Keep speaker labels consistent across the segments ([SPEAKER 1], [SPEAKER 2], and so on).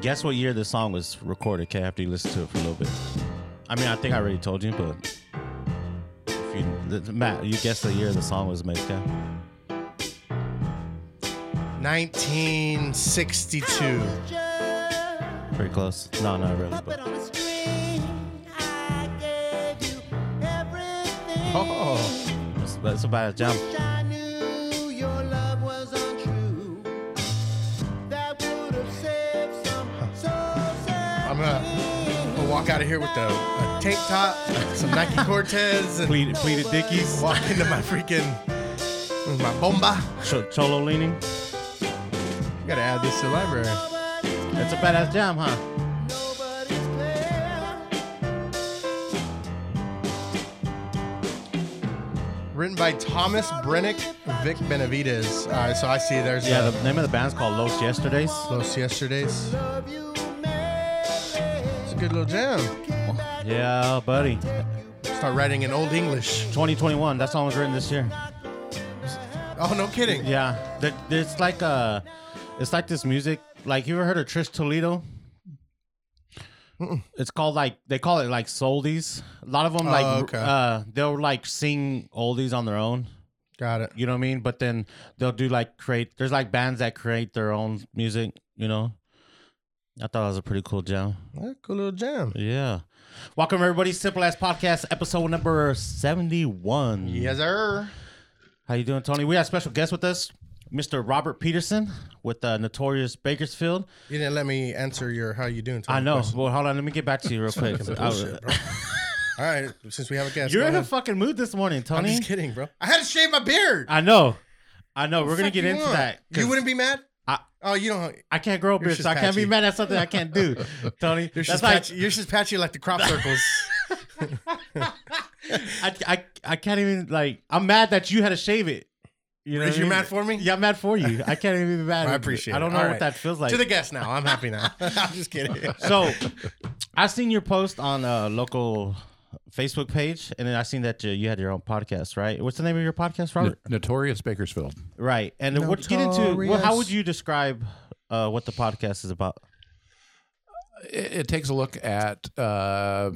[SPEAKER 1] Guess what year this song was recorded, Kay, after you listen to it for a little bit. I mean, I think I already told you, but if you, th- Matt, you guess the year the song was made, Kay?
[SPEAKER 2] 1962.
[SPEAKER 1] Pretty close. No, not really. But
[SPEAKER 2] Oh,
[SPEAKER 1] that's, that's about a jump.
[SPEAKER 2] I'm gonna, gonna walk out of here with a, a tank top, some Nike Cortez, and
[SPEAKER 1] Pleated, pleated dickies.
[SPEAKER 2] walk into my freaking with my bomba.
[SPEAKER 1] Ch- cholo leaning.
[SPEAKER 2] You gotta add this to the library.
[SPEAKER 1] That's a badass jam, huh?
[SPEAKER 2] Written by Thomas Brennick, Vic Benavides. All right, so I see there's
[SPEAKER 1] Yeah,
[SPEAKER 2] uh,
[SPEAKER 1] the name of the band's called Los Yesterdays.
[SPEAKER 2] Los Yesterdays. It's a good little jam.
[SPEAKER 1] Yeah, buddy.
[SPEAKER 2] Start writing in Old English.
[SPEAKER 1] 2021. That song was written this year.
[SPEAKER 2] Oh, no kidding.
[SPEAKER 1] Yeah, there, there's like uh it's like this music. Like you ever heard of Trish Toledo? It's called like they call it like soldies. A lot of them
[SPEAKER 2] Oh,
[SPEAKER 1] like
[SPEAKER 2] okay.
[SPEAKER 1] uh they'll like sing oldies on their own.
[SPEAKER 2] Got it.
[SPEAKER 1] You know what I mean? But then they'll do like create. There's like bands that create their own music. You know. I thought it was a pretty cool jam.
[SPEAKER 2] Yeah, cool little jam.
[SPEAKER 1] Yeah. Welcome everybody, Simple As Podcast, episode number seventy-one.
[SPEAKER 2] Yes, sir.
[SPEAKER 1] How you doing, Tony? We have a special guest with us, Mr. Robert Peterson with uh, Notorious Bakersfield.
[SPEAKER 2] You didn't let me answer your how you doing. Tony
[SPEAKER 1] I know.
[SPEAKER 2] question.
[SPEAKER 1] Well, hold on. Let me get back to you real quick. I-
[SPEAKER 2] Bullshit, bro. All right, since we have a guest,
[SPEAKER 1] you're
[SPEAKER 2] go
[SPEAKER 1] in a
[SPEAKER 2] ahead.
[SPEAKER 1] fucking mood this morning,
[SPEAKER 2] I'm
[SPEAKER 1] Tony.
[SPEAKER 2] just kidding, bro. I had to shave my beard.
[SPEAKER 1] I know. I know. We're
[SPEAKER 2] What the
[SPEAKER 1] gonna
[SPEAKER 2] fuck
[SPEAKER 1] get
[SPEAKER 2] you
[SPEAKER 1] into
[SPEAKER 2] want?
[SPEAKER 1] that. 'cause
[SPEAKER 2] You wouldn't be mad.
[SPEAKER 1] I-
[SPEAKER 2] oh, you don't.
[SPEAKER 1] I can't grow a beard,
[SPEAKER 2] just
[SPEAKER 1] so I can't be
[SPEAKER 2] patchy.
[SPEAKER 1] mad at something I can't do, Tony.
[SPEAKER 2] You're
[SPEAKER 1] That's
[SPEAKER 2] just,
[SPEAKER 1] like
[SPEAKER 2] patchy, you're just patchy like the crop circles.
[SPEAKER 1] I, I I can't even like. I'm mad that you had to shave it. You know
[SPEAKER 2] Is
[SPEAKER 1] what I
[SPEAKER 2] you
[SPEAKER 1] mean?
[SPEAKER 2] mad for me?
[SPEAKER 1] Yeah, I'm mad for you. I can't even be mad. at
[SPEAKER 2] I
[SPEAKER 1] you.
[SPEAKER 2] appreciate.
[SPEAKER 1] I don't
[SPEAKER 2] it.
[SPEAKER 1] know
[SPEAKER 2] All
[SPEAKER 1] what
[SPEAKER 2] right.
[SPEAKER 1] that feels like.
[SPEAKER 2] to the guest now. I'm happy now. I'm just kidding.
[SPEAKER 1] so I seen your post on a local Facebook page, and then I seen that you, you had your own podcast, right? What's the name of your podcast, Robert?
[SPEAKER 3] Notorious Bakersfield.
[SPEAKER 1] right. And then what get into well, how
[SPEAKER 2] Notorious.
[SPEAKER 1] would you describe uh, what the podcast is about?
[SPEAKER 3] It, it takes a look at uh,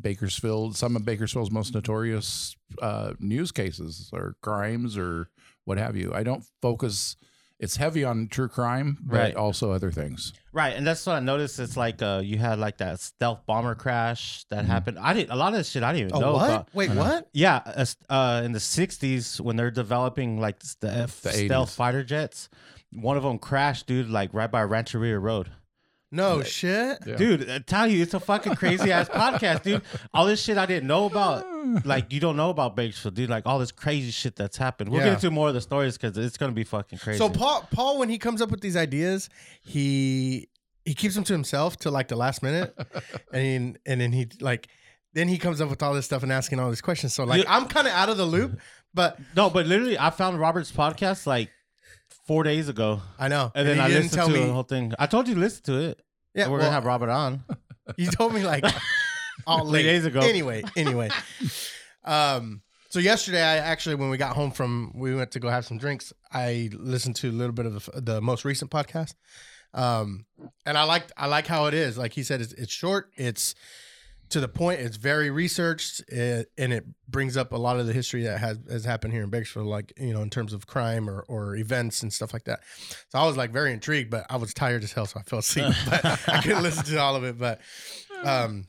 [SPEAKER 3] Bakersfield, some of Bakersfield's most notorious uh, news cases or crimes or what have you. I don't focus. It's heavy on true crime, but
[SPEAKER 1] Right.
[SPEAKER 3] also other things.
[SPEAKER 1] Right, and that's what I noticed. It's like uh, you had like that stealth bomber crash that happened. I didn't a lot of this shit. I didn't even know about.
[SPEAKER 2] Wait, Mm-hmm. what?
[SPEAKER 1] Yeah, uh, s- uh, in the '60s when they're developing like s- the F
[SPEAKER 3] The
[SPEAKER 1] stealth
[SPEAKER 3] 80s.
[SPEAKER 1] fighter jets, one of them crashed, dude, like right by Rancheria Road.
[SPEAKER 2] No shit.
[SPEAKER 3] Yeah.
[SPEAKER 1] Dude, I tell you, it's a fucking crazy ass podcast, dude. All this shit I didn't know about. Like, you don't know about Bakersfield, dude. Like, all this crazy shit that's happened. We'll
[SPEAKER 2] Yeah.
[SPEAKER 1] get into more of the stories because it's going to be fucking crazy.
[SPEAKER 2] So Paul, Paul, when he comes up with these ideas, he he keeps them to himself till like the last minute, and and then he like then he comes up with all this stuff and asking all these questions. So like
[SPEAKER 1] Yeah.
[SPEAKER 2] I'm kind of out of the loop, but
[SPEAKER 1] no, but literally, I found Robert's podcast like four days ago.
[SPEAKER 2] I know.
[SPEAKER 1] And then
[SPEAKER 2] he
[SPEAKER 1] I
[SPEAKER 2] didn't
[SPEAKER 1] listened
[SPEAKER 2] tell
[SPEAKER 1] to
[SPEAKER 2] me.
[SPEAKER 1] the whole thing. I told you to listen to it.
[SPEAKER 2] yeah,
[SPEAKER 1] We're
[SPEAKER 2] well,
[SPEAKER 1] going to have Robert on.
[SPEAKER 2] you told me like all
[SPEAKER 1] Three
[SPEAKER 2] late.
[SPEAKER 1] days ago.
[SPEAKER 2] Anyway, anyway. um. So yesterday, I actually when we got home from we went to go have some drinks. I listened to a little bit of the, the most recent podcast, um, and I liked I like how it is. Like he said, it's, it's short. It's to the point. It's very researched, it, and it brings up a lot of the history that has, has happened here in Bakersfield, like you know, in terms of crime or, or events and stuff like that. So I was like very intrigued, but I was tired as hell, so I fell asleep. but I couldn't listen to all of it. But um,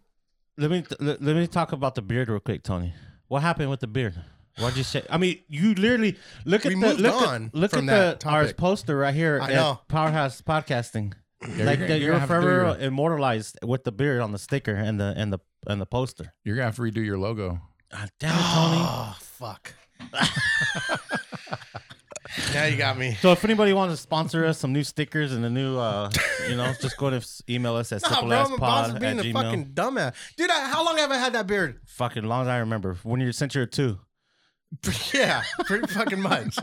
[SPEAKER 1] Let me let, let me talk about the beard real quick, Tony. What happened with the beard? Why'd you say? I mean, you literally look at
[SPEAKER 2] We
[SPEAKER 1] the
[SPEAKER 2] moved
[SPEAKER 1] look
[SPEAKER 2] on
[SPEAKER 1] at, look
[SPEAKER 2] from
[SPEAKER 1] at
[SPEAKER 2] that
[SPEAKER 1] the our
[SPEAKER 2] topic.
[SPEAKER 1] poster right here
[SPEAKER 2] I
[SPEAKER 1] at
[SPEAKER 2] know.
[SPEAKER 1] Powerhouse Podcasting.
[SPEAKER 3] Yeah,
[SPEAKER 1] like
[SPEAKER 3] you're,
[SPEAKER 1] that,
[SPEAKER 3] gonna-
[SPEAKER 1] you're,
[SPEAKER 3] you're gonna have to do
[SPEAKER 1] forever
[SPEAKER 3] your-
[SPEAKER 1] immortalized with the beard on the sticker and the and the and the poster.
[SPEAKER 3] you're gonna have to redo your logo.
[SPEAKER 1] God damn it, Tony.
[SPEAKER 2] oh fuck. now you got me.
[SPEAKER 1] So if anybody wants to sponsor us some new stickers and a new, uh, you know, just go to s- email us at
[SPEAKER 2] Nah, Oh, bro, my boss is
[SPEAKER 1] simpleaspod
[SPEAKER 2] being
[SPEAKER 1] at
[SPEAKER 2] a
[SPEAKER 1] gmail.
[SPEAKER 2] fucking
[SPEAKER 1] Fucking...
[SPEAKER 2] dumbass, dude. I, how long have I had that beard?
[SPEAKER 1] long as I remember, when you're since you're two.
[SPEAKER 2] yeah, pretty fucking much.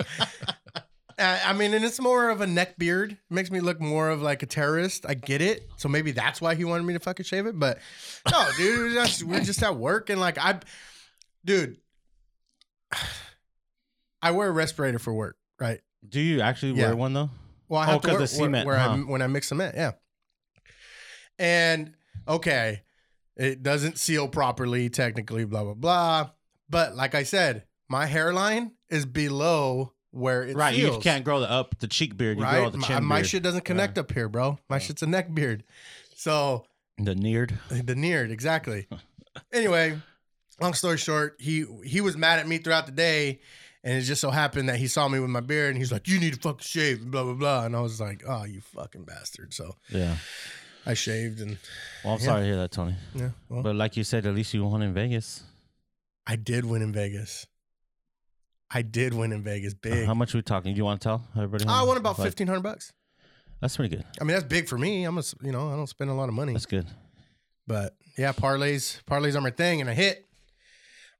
[SPEAKER 2] I I mean, and it's more of a neck beard. makes me look more of like a terrorist. I get it. So maybe that's why he wanted me to fucking shave it. But no, dude, we were just, we were just at work and like I, dude, I wear a respirator for work, right?
[SPEAKER 1] Do you actually
[SPEAKER 2] Yeah.
[SPEAKER 1] wear one though?
[SPEAKER 2] Well, I
[SPEAKER 1] Oh,
[SPEAKER 2] have to
[SPEAKER 1] 'cause
[SPEAKER 2] wear
[SPEAKER 1] the cement,
[SPEAKER 2] where, where
[SPEAKER 1] huh?
[SPEAKER 2] I when I mix cement. Yeah. And okay, it doesn't seal properly, technically, blah, blah, blah. But like I said, my hairline is below where it
[SPEAKER 1] right,
[SPEAKER 2] seals.
[SPEAKER 1] you can't grow the up the cheek beard. You grow
[SPEAKER 2] right?
[SPEAKER 1] the
[SPEAKER 2] My,
[SPEAKER 1] chin
[SPEAKER 2] my
[SPEAKER 1] beard.
[SPEAKER 2] shit doesn't connect up here, bro. My shit's a neck beard. So
[SPEAKER 1] the neared.
[SPEAKER 2] the neared, exactly. anyway, long story short, he he was mad at me throughout the day, and it just so happened that he saw me with my beard, and he's like, "You need to fucking shave," and blah blah blah. And I was like, "Oh, you fucking bastard!" So
[SPEAKER 1] Yeah.
[SPEAKER 2] I shaved, and
[SPEAKER 1] Well, I'm sorry to hear that, Tony.
[SPEAKER 2] yeah, well,
[SPEAKER 1] But like you said, at least you won in Vegas.
[SPEAKER 2] I did win in Vegas. I did win in Vegas, big.
[SPEAKER 1] Uh, How much are we talking? Do you want to tell everybody?
[SPEAKER 2] I won about
[SPEAKER 1] Like,
[SPEAKER 2] fifteen hundred bucks.
[SPEAKER 1] That's pretty good.
[SPEAKER 2] I mean, that's big for me. I'm a, s- you know, I don't spend a lot of money.
[SPEAKER 1] That's good.
[SPEAKER 2] But yeah, parlays, parlays are my thing, and I hit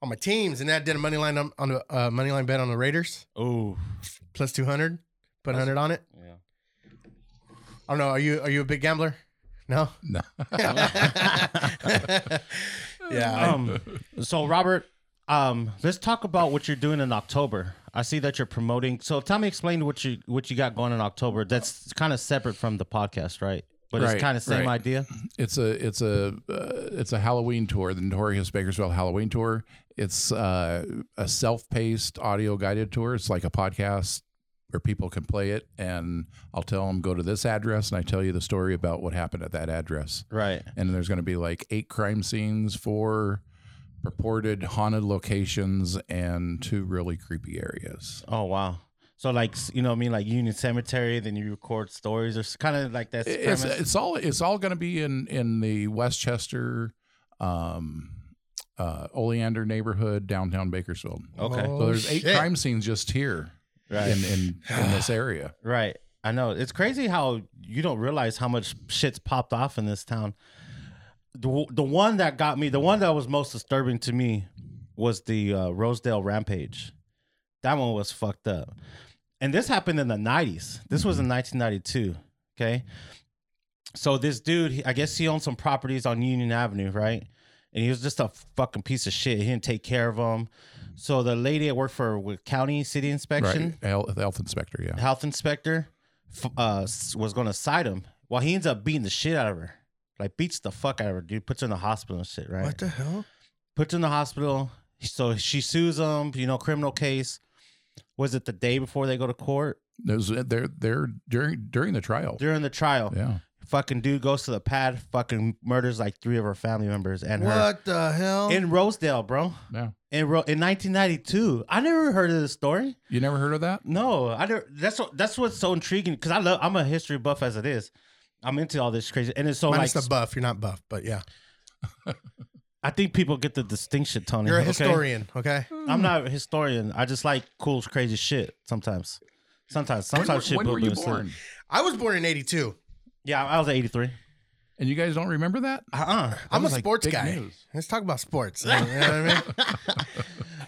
[SPEAKER 2] on my teams, and then I did a money line on, on the uh, money line bet on the Raiders
[SPEAKER 1] Oh.
[SPEAKER 2] plus two hundred, put hundred on it.
[SPEAKER 1] Yeah.
[SPEAKER 2] I don't know. Are you are you a big gambler? No. Oh,
[SPEAKER 3] No.
[SPEAKER 2] yeah.
[SPEAKER 1] Um, so Robert, um, let's talk about what you're doing in October. I see that you're promoting. So tell me, explain what you what you got going in October. That's kind of separate from the podcast, right? But
[SPEAKER 3] Right,
[SPEAKER 1] it's kind of same
[SPEAKER 3] right.
[SPEAKER 1] idea.
[SPEAKER 3] it's a it's a uh, it's a Halloween tour, the Notorious Bakersfield Halloween tour. It's uh, a self-paced audio guided tour. It's like a podcast where people can play it, and I'll tell them go to this address, and I tell you the story about what happened at that address.
[SPEAKER 1] Right.
[SPEAKER 3] And there's going to be like eight crime scenes, four purported haunted locations, and two really creepy areas.
[SPEAKER 1] Oh wow. So like you know, what I mean, like Union Cemetery. Then you record stories. Or kind of like that.
[SPEAKER 3] It's,
[SPEAKER 1] premise.
[SPEAKER 3] it's all it's all going to be in in the Westchester. Um, uh, Oleander neighborhood, downtown Bakersfield.
[SPEAKER 1] okay.
[SPEAKER 2] Oh,
[SPEAKER 3] So there's eight
[SPEAKER 2] shit.
[SPEAKER 3] crime scenes just here
[SPEAKER 1] right.
[SPEAKER 3] in, in, in this area.
[SPEAKER 1] Right. I know. It's crazy how you don't realize how much shit's popped off in this town. The, the one that got me, the one that was most disturbing to me was the uh, Rosedale Rampage. That one was fucked up. And this happened in the 90s. This was in 1992. Okay. So this dude, he- I guess he owned some properties on Union Avenue, right? And he was just a fucking piece of shit. He didn't take care of them. So the lady that worked for with county city inspection,
[SPEAKER 3] Health, health inspector, yeah.
[SPEAKER 1] health inspector f- uh, s- was going to cite him. Well, he ends up beating the shit out of her. Like beats the fuck out of her, dude. Puts her in the hospital and shit, right?
[SPEAKER 2] what the hell?
[SPEAKER 1] Puts her in the hospital. So she sues him, you know, criminal case. Was it the day before they go to court?
[SPEAKER 3] There's, they're, they're during, during the trial.
[SPEAKER 1] During the trial,
[SPEAKER 3] yeah.
[SPEAKER 1] fucking dude goes to the pad, fucking murders like three of her family members and
[SPEAKER 2] What the hell?
[SPEAKER 1] her. In Rosedale, bro.
[SPEAKER 3] Yeah.
[SPEAKER 1] In, Ro- in 1992. I never heard of this story.
[SPEAKER 3] You never heard of that?
[SPEAKER 1] No, I don't. That's what, that's what's so intriguing because I love. I'm a history buff as it is. I'm into all this crazy, and it's so
[SPEAKER 2] Minus
[SPEAKER 1] Oh, like
[SPEAKER 2] the buff. You're not buff, but yeah,
[SPEAKER 1] I think people get the distinction, Tony.
[SPEAKER 2] you're a
[SPEAKER 1] okay?
[SPEAKER 2] historian. Okay.
[SPEAKER 1] I'm not a historian. I just like cool, crazy shit sometimes. Sometimes, sometimes
[SPEAKER 3] when, were-
[SPEAKER 1] shit.
[SPEAKER 3] when
[SPEAKER 1] will
[SPEAKER 3] were
[SPEAKER 1] do
[SPEAKER 3] you
[SPEAKER 1] us in.
[SPEAKER 3] born?
[SPEAKER 2] I was born in '82.
[SPEAKER 1] Yeah, I was 83.
[SPEAKER 3] And you guys don't remember that?
[SPEAKER 1] Uh uh
[SPEAKER 3] That
[SPEAKER 2] I'm a
[SPEAKER 3] was, like,
[SPEAKER 2] sports
[SPEAKER 3] big
[SPEAKER 2] guy.
[SPEAKER 3] news.
[SPEAKER 2] Let's talk about sports. you know what I mean?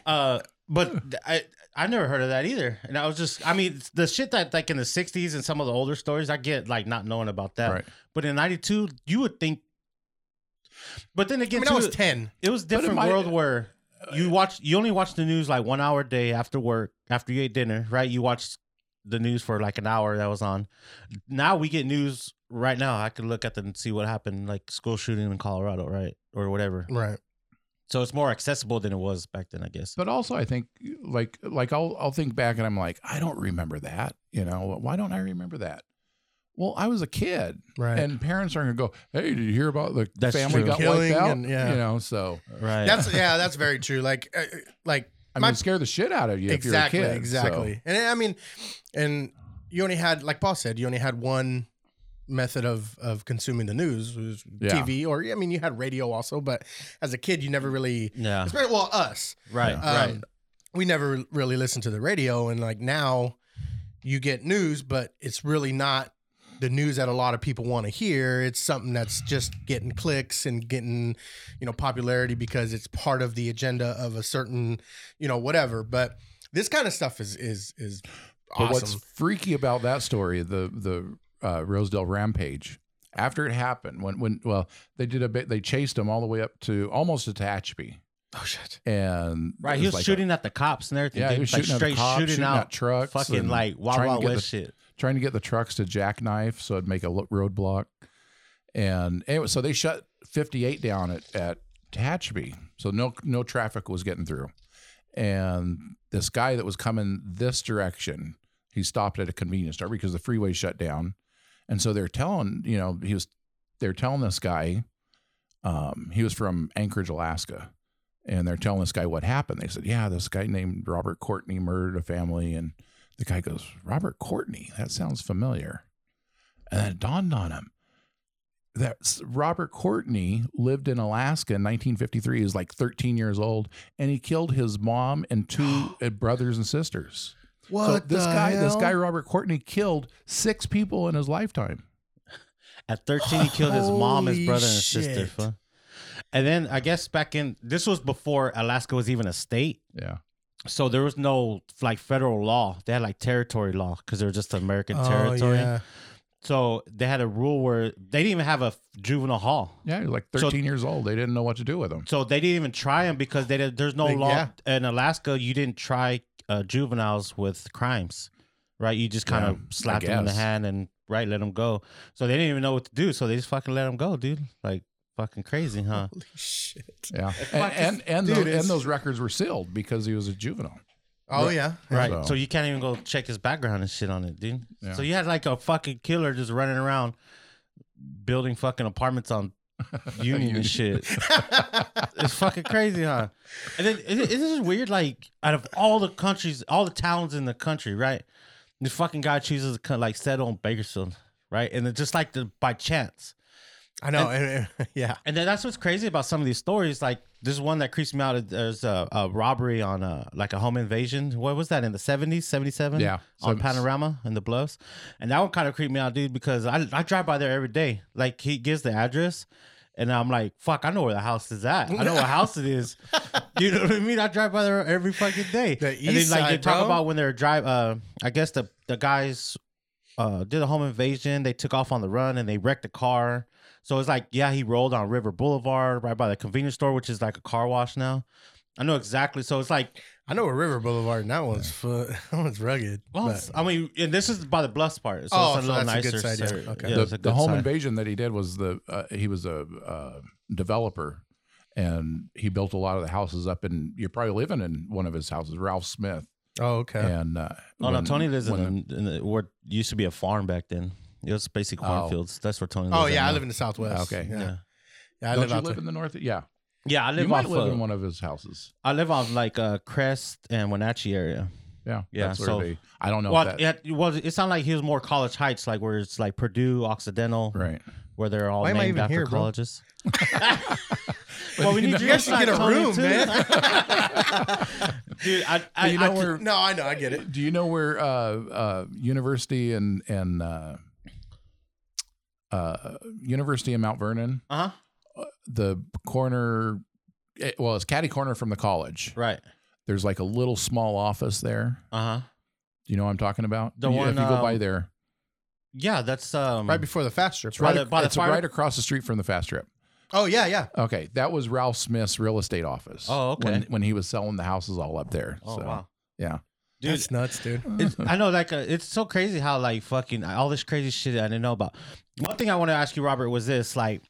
[SPEAKER 1] Uh, but th- I I never heard of that either, and I was just I mean the shit that like in the '60s and some of the older stories I get like not knowing about that,
[SPEAKER 3] Right.
[SPEAKER 1] but in '92 you would think. But then
[SPEAKER 2] I
[SPEAKER 1] again,
[SPEAKER 2] mean, I
[SPEAKER 1] too,
[SPEAKER 2] was ten.
[SPEAKER 1] It was a different
[SPEAKER 3] might- uh,
[SPEAKER 1] world where you watch you only watch the news like one hour a day after work after you ate dinner, right? You watched the news for like an hour that was on. Now we get news right now. I can look at them and see what happened, like school shooting in Colorado, right, or whatever.
[SPEAKER 2] Right.
[SPEAKER 1] So it's more accessible than it was back then, I guess.
[SPEAKER 3] But also, I think like like I'll I'll think back and I'm like, I don't remember that. You know, why don't I remember that? Well, I was a kid,
[SPEAKER 2] Right.
[SPEAKER 3] and parents aren't gonna go, "Hey, did you hear about the
[SPEAKER 1] That's
[SPEAKER 3] family
[SPEAKER 1] true.
[SPEAKER 3] got
[SPEAKER 2] Killing
[SPEAKER 3] wiped out?"
[SPEAKER 2] and- yeah.
[SPEAKER 3] You know, so
[SPEAKER 1] Right.
[SPEAKER 2] that's yeah. That's very true. Like uh, like
[SPEAKER 3] I
[SPEAKER 2] My-
[SPEAKER 3] mean, scare the shit out of you
[SPEAKER 2] exactly
[SPEAKER 3] if you're a kid. so-
[SPEAKER 2] exactly. And I mean, and you only had like Paul said, you only had one method of of consuming the news was
[SPEAKER 3] Yeah.
[SPEAKER 2] TV or I mean you had radio also, but as a kid you never really
[SPEAKER 3] Uh.
[SPEAKER 1] yeah.
[SPEAKER 2] especially well us
[SPEAKER 1] Right.
[SPEAKER 2] um,
[SPEAKER 1] right.
[SPEAKER 2] we never really listened to the radio and like now you get news but it's really not the news that a lot of people want to hear it's something that's just getting clicks and getting you know popularity because it's part of the agenda of a certain you know whatever but this kind of stuff is is is
[SPEAKER 3] But
[SPEAKER 2] awesome
[SPEAKER 3] what's freaky about that story, the the uh, Rosedale Rampage, after it happened, when when well, they did a bit, they chased him all the way up to almost to Tehachapi,
[SPEAKER 2] oh shit
[SPEAKER 3] and
[SPEAKER 1] Right.
[SPEAKER 3] it
[SPEAKER 1] He was
[SPEAKER 3] like a-
[SPEAKER 1] shooting at the cops and everything.
[SPEAKER 3] yeah, he
[SPEAKER 1] dude,
[SPEAKER 3] was
[SPEAKER 1] like
[SPEAKER 3] shooting
[SPEAKER 1] straight
[SPEAKER 3] at the cops,
[SPEAKER 1] shooting, out
[SPEAKER 3] trucks,
[SPEAKER 1] fucking
[SPEAKER 3] and
[SPEAKER 1] like Wild
[SPEAKER 3] trying to
[SPEAKER 1] Wild
[SPEAKER 3] get
[SPEAKER 1] West shit.
[SPEAKER 3] trying to get the trucks to jackknife so it'd make a lo- roadblock. And anyway, so they shut 58 down at, at Tatchby. So no no traffic was getting through. And this guy that was coming this direction, he stopped at a convenience store because the freeway shut down. And so they're telling, you know, he was they're telling this guy, um, he was from Anchorage, Alaska. And they're telling this guy what happened. They said, Yeah, this guy named Robert Courtney murdered a family. And the guy goes, Robert Courtney, that sounds familiar. And then it dawned on him that s- Robert Courtney lived in Alaska in 1953. He was like 13 years old, and he killed his mom and two uh, brothers and sisters.
[SPEAKER 2] What
[SPEAKER 3] so this guy, this guy Robert Courtney, killed six people in his lifetime.
[SPEAKER 1] At 13, he killed his mom, his
[SPEAKER 2] Holy
[SPEAKER 1] brother, and his sister.
[SPEAKER 2] shit.
[SPEAKER 1] fool. And then I guess back in this was before Alaska was even a state,
[SPEAKER 3] Yeah,
[SPEAKER 1] so there was no like federal law. They had like territory law because they were just American
[SPEAKER 2] Oh,
[SPEAKER 1] territory.
[SPEAKER 2] yeah.
[SPEAKER 1] So they had a rule where they didn't even have a juvenile hall.
[SPEAKER 3] yeah, he was like
[SPEAKER 1] So-
[SPEAKER 3] 13 years old. They didn't know what to do with him.
[SPEAKER 1] So they didn't even try him because they did, there's no
[SPEAKER 2] They-
[SPEAKER 1] law
[SPEAKER 2] yeah.
[SPEAKER 1] in Alaska. You didn't try uh, juveniles with crimes, right? You just kind of
[SPEAKER 3] Yeah, I
[SPEAKER 1] slapped them in the
[SPEAKER 3] guess.
[SPEAKER 1] hand and right let them go. So they didn't even know what to do. So they just fucking let them go, dude. Like fucking crazy, huh?
[SPEAKER 2] Holy shit.
[SPEAKER 3] Yeah, and and and,
[SPEAKER 2] Dude,
[SPEAKER 3] tho-
[SPEAKER 2] it's-
[SPEAKER 3] and those records were sealed because he was a juvenile.
[SPEAKER 2] Oh yeah.
[SPEAKER 1] Right.
[SPEAKER 3] So-
[SPEAKER 1] So you can't even go check his background and shit on it, dude.
[SPEAKER 3] Yeah.
[SPEAKER 1] So you had like a fucking killer just running around building fucking apartments on Union
[SPEAKER 3] Union.
[SPEAKER 1] and shit. it's fucking crazy, huh? And then isn't isn't this weird? Like out of all the countries, all the towns in the country, right? This fucking guy chooses to kind of, like settle on Bakersfield, right? And then just like the by chance.
[SPEAKER 2] I know. and- and- yeah.
[SPEAKER 1] And then that's what's crazy about some of these stories. Like this one that creeps me out. There's a, a robbery on a like a home invasion. What was that in the seventies, seventy seven?
[SPEAKER 3] Yeah.
[SPEAKER 1] on
[SPEAKER 3] Sev-
[SPEAKER 1] Panorama and the Bluffs, and that one kind of creeped me out, dude. Because I I drive by there every day. Like he gives the address, and I'm like, fuck, I know where the house is at. I know what house it is. You know what I mean? I drive by there every fucking day.
[SPEAKER 2] The
[SPEAKER 1] and
[SPEAKER 2] east
[SPEAKER 1] then like they
[SPEAKER 2] side,
[SPEAKER 1] talk
[SPEAKER 2] bro.
[SPEAKER 1] about when they're drive. Uh, I guess the the guys uh did a home invasion. They took off on the run and they wrecked a car. So it's like, yeah, he rolled on River Boulevard right by the convenience store, which is like a car wash now. I know exactly. So it's like,
[SPEAKER 2] I know where River Boulevard and that one's foot. That one's rugged.
[SPEAKER 1] well,
[SPEAKER 2] but-
[SPEAKER 1] it's- I mean, and this is by the Bluffs part. So
[SPEAKER 2] Oh,
[SPEAKER 1] it's a
[SPEAKER 2] so
[SPEAKER 1] little
[SPEAKER 2] that's
[SPEAKER 1] nicer.
[SPEAKER 2] a good side, yeah.
[SPEAKER 1] so-
[SPEAKER 2] Okay.
[SPEAKER 1] yeah,
[SPEAKER 3] the,
[SPEAKER 1] it's a
[SPEAKER 3] the
[SPEAKER 1] good
[SPEAKER 3] home
[SPEAKER 1] side.
[SPEAKER 3] invasion that he did was the uh, he was a uh, developer and he built a lot of the houses up and you're probably living in one of his houses ralph smith
[SPEAKER 2] oh, okay.
[SPEAKER 3] and uh,
[SPEAKER 1] Oh no,
[SPEAKER 3] when-
[SPEAKER 1] Tony lives
[SPEAKER 3] when-
[SPEAKER 1] in, the, in the, where used to be a farm back then. It was basically
[SPEAKER 3] Oh.
[SPEAKER 1] cornfields. That's where Tony. Lives
[SPEAKER 2] Oh
[SPEAKER 1] at
[SPEAKER 2] yeah, I
[SPEAKER 1] now.
[SPEAKER 2] live in the Southwest.
[SPEAKER 3] Okay.
[SPEAKER 2] Yeah.
[SPEAKER 1] Yeah.
[SPEAKER 2] Yeah, I
[SPEAKER 3] don't
[SPEAKER 2] live
[SPEAKER 3] you
[SPEAKER 2] out
[SPEAKER 3] live
[SPEAKER 2] there.
[SPEAKER 3] in the north yeah
[SPEAKER 1] Yeah, I live
[SPEAKER 3] you might
[SPEAKER 1] off.
[SPEAKER 3] live
[SPEAKER 1] uh,
[SPEAKER 3] in one of his houses
[SPEAKER 1] I live off like uh, Crest and Wenatchee area.
[SPEAKER 3] yeah
[SPEAKER 1] Yeah,
[SPEAKER 3] that's where
[SPEAKER 1] so-
[SPEAKER 3] they, i don't know
[SPEAKER 1] well,
[SPEAKER 3] if that,
[SPEAKER 1] yeah, well, it sounded like he was more College Heights, like where it's like Purdue, Occidental,
[SPEAKER 3] right
[SPEAKER 1] where they're all
[SPEAKER 2] Why am I
[SPEAKER 1] named
[SPEAKER 2] even
[SPEAKER 1] after
[SPEAKER 2] here, bro?
[SPEAKER 1] colleges. well, we need
[SPEAKER 2] You
[SPEAKER 1] your
[SPEAKER 2] guys should
[SPEAKER 1] side,
[SPEAKER 2] get a
[SPEAKER 1] Tony,
[SPEAKER 2] room,
[SPEAKER 1] too.
[SPEAKER 2] man.
[SPEAKER 1] dude. I, I,
[SPEAKER 3] But you
[SPEAKER 1] I
[SPEAKER 3] know
[SPEAKER 1] could-
[SPEAKER 3] where
[SPEAKER 2] no, I know, I get it.
[SPEAKER 3] do you know where uh uh university and and uh uh university in mount vernon
[SPEAKER 1] uh-huh.
[SPEAKER 3] the corner eh, well it's caddy corner from the college
[SPEAKER 1] Right.
[SPEAKER 3] there's like a little small office there.
[SPEAKER 1] Uh huh.
[SPEAKER 3] Do you know what I'm talking about?
[SPEAKER 1] The
[SPEAKER 3] You-
[SPEAKER 1] one,
[SPEAKER 3] if you go by
[SPEAKER 1] um,
[SPEAKER 3] there,
[SPEAKER 1] Yeah, that's um.
[SPEAKER 2] Right before the fast trip.
[SPEAKER 3] it's
[SPEAKER 1] by
[SPEAKER 3] right,
[SPEAKER 1] the-
[SPEAKER 3] ac-
[SPEAKER 1] by the
[SPEAKER 3] it's
[SPEAKER 1] fire-
[SPEAKER 3] right across the street from the fast trip.
[SPEAKER 2] Oh yeah, yeah.
[SPEAKER 3] Okay, that was Ralph Smith's real estate office.
[SPEAKER 1] Oh, okay.
[SPEAKER 3] When, when he was selling the houses all up there.
[SPEAKER 1] oh
[SPEAKER 3] so,
[SPEAKER 1] wow,
[SPEAKER 3] Yeah.
[SPEAKER 1] dude.
[SPEAKER 2] That's nuts, dude.
[SPEAKER 1] it's, I know, like, uh, it's so crazy how, like, fucking uh, all this crazy shit I didn't know about. One thing I want to ask you, Robert, was this like,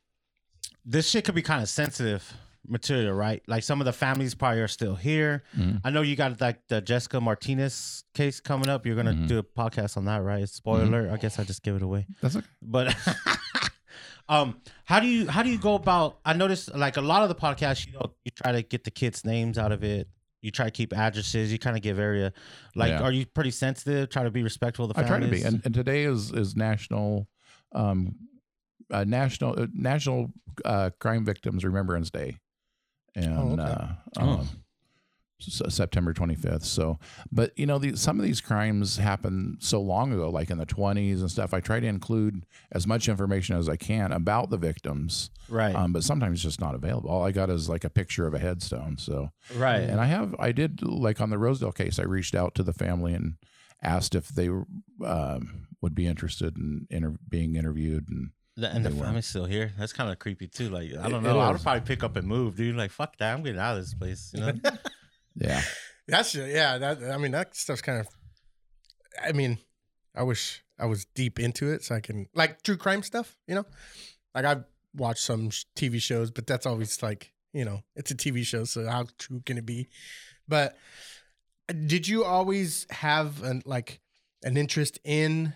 [SPEAKER 1] this shit could be kind of sensitive material, right? Like, some of the families probably are still here.
[SPEAKER 3] Mhm.
[SPEAKER 1] I know you got like the Jessica Martinez case coming up. You're gonna
[SPEAKER 3] Mhm.
[SPEAKER 1] do a podcast on that, right? Spoiler
[SPEAKER 3] Mhm.
[SPEAKER 1] alert. I guess I just give it away
[SPEAKER 3] That's okay.
[SPEAKER 1] but um how do you how do you go about i noticed like a lot of the podcasts you know you try to get the kids names out of it you try to keep addresses you kind of give area like
[SPEAKER 3] Yeah.
[SPEAKER 1] are you pretty sensitive try to be respectful of the
[SPEAKER 3] I try
[SPEAKER 1] families
[SPEAKER 3] to be. And, and today is is national um uh, national uh, national uh, crime victims remembrance day. And
[SPEAKER 2] okay.
[SPEAKER 3] uh,
[SPEAKER 1] Oh.
[SPEAKER 3] um, S- September 25th. So, but you know, these, some of these crimes happened so long ago, like in the 20s and stuff. I try to include as much information as I can about the victims,
[SPEAKER 1] right
[SPEAKER 3] um, but sometimes it's just not available. All I got is like a picture of a headstone. So,
[SPEAKER 1] right
[SPEAKER 3] and I have, I did like on the Rosedale case, I reached out to the family and asked if they um, would be interested in inter- being interviewed. And
[SPEAKER 1] The- and the
[SPEAKER 3] They were.
[SPEAKER 1] family's still here that's kind of creepy too like i
[SPEAKER 3] It-
[SPEAKER 1] don't
[SPEAKER 3] it
[SPEAKER 1] know i would
[SPEAKER 3] is.
[SPEAKER 1] probably pick up and move dude like fuck that i'm getting out of this place you know
[SPEAKER 3] yeah,
[SPEAKER 2] That's yeah. That I mean, that stuff's kind of. I mean, I wish I was deep into it so I can like true crime stuff. You know, Like I've watched some sh- TV shows, but that's always like you know it's a TV show, so how true can it be? But uh, did you always have an like an interest in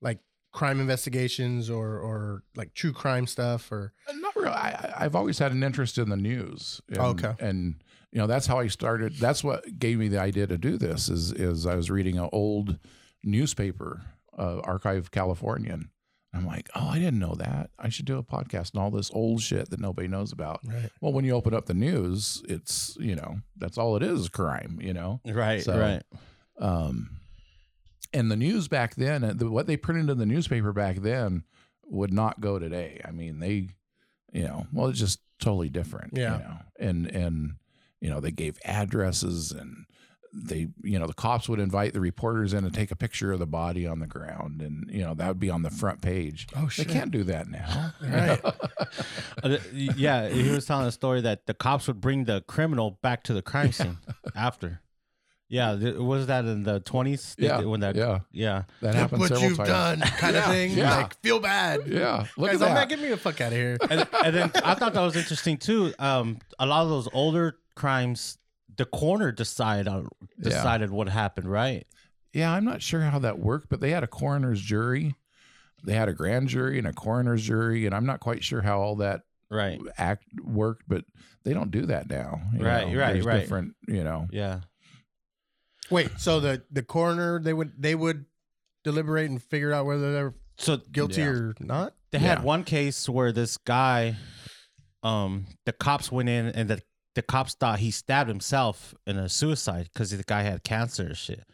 [SPEAKER 2] like crime investigations or or like true crime stuff or
[SPEAKER 3] Uh, Not really. I, I- I've always had an interest in the news. And,
[SPEAKER 2] Okay.
[SPEAKER 3] And you know that's how I started. That's what gave me the idea to do this. Is is I was reading an old newspaper, uh, Archive Californian. I'm like, oh, I didn't know that. I should do a podcast and all this old shit that nobody knows about.
[SPEAKER 2] right?
[SPEAKER 3] Well, when you open up the news, it's you know that's all it is crime. You know.
[SPEAKER 1] Right,
[SPEAKER 3] So-
[SPEAKER 1] right.
[SPEAKER 3] Um, and the news back then, uh, the, what they printed in the newspaper back then would not go today. I mean, they, you know, well, it's just totally different.
[SPEAKER 2] Yeah.
[SPEAKER 3] You know? And and you know they gave addresses and they you know the cops would invite the reporters in to take a picture of the body on the ground and you know that would be on the front page.
[SPEAKER 2] Oh
[SPEAKER 3] They
[SPEAKER 2] shit!
[SPEAKER 3] can't do that now.
[SPEAKER 2] Right.
[SPEAKER 1] Uh, th- yeah, he was telling a story that the cops would bring the criminal back to the crime scene after. Yeah, th- was that in the twenties?
[SPEAKER 3] Yeah,
[SPEAKER 1] when that. Yeah,
[SPEAKER 3] yeah,
[SPEAKER 1] yeah.
[SPEAKER 3] that
[SPEAKER 2] Look
[SPEAKER 3] happened
[SPEAKER 2] what
[SPEAKER 3] several
[SPEAKER 2] you've
[SPEAKER 3] times.
[SPEAKER 2] done, kind of
[SPEAKER 3] Yeah,
[SPEAKER 2] thing.
[SPEAKER 3] yeah.
[SPEAKER 2] Like feel bad.
[SPEAKER 3] Yeah, look
[SPEAKER 2] Guys,
[SPEAKER 3] at
[SPEAKER 2] I'm
[SPEAKER 3] that.
[SPEAKER 2] back. Get me the fuck out of here.
[SPEAKER 1] And, and then I thought that was interesting too. Um, a lot of those older crimes, the coroner decide on
[SPEAKER 3] Yeah.
[SPEAKER 1] decided what happened, right?
[SPEAKER 3] Yeah, I'm not sure how that worked, but they had a coroner's jury. They had a grand jury and a coroner's jury, and I'm not quite sure how all that
[SPEAKER 1] Right.
[SPEAKER 3] act worked, but they don't do that now. you
[SPEAKER 1] Right,
[SPEAKER 3] know.
[SPEAKER 1] right,
[SPEAKER 3] There's
[SPEAKER 1] right.
[SPEAKER 3] Different, you know.
[SPEAKER 1] Yeah.
[SPEAKER 2] Wait, so the the coroner they would they would deliberate and figure out whether they're
[SPEAKER 1] So
[SPEAKER 2] guilty
[SPEAKER 3] Yeah.
[SPEAKER 2] or not.
[SPEAKER 1] they
[SPEAKER 3] Yeah.
[SPEAKER 1] had one case where this guy, um, the cops went in and the the cops thought he stabbed himself in a suicide because the guy had cancer and shit.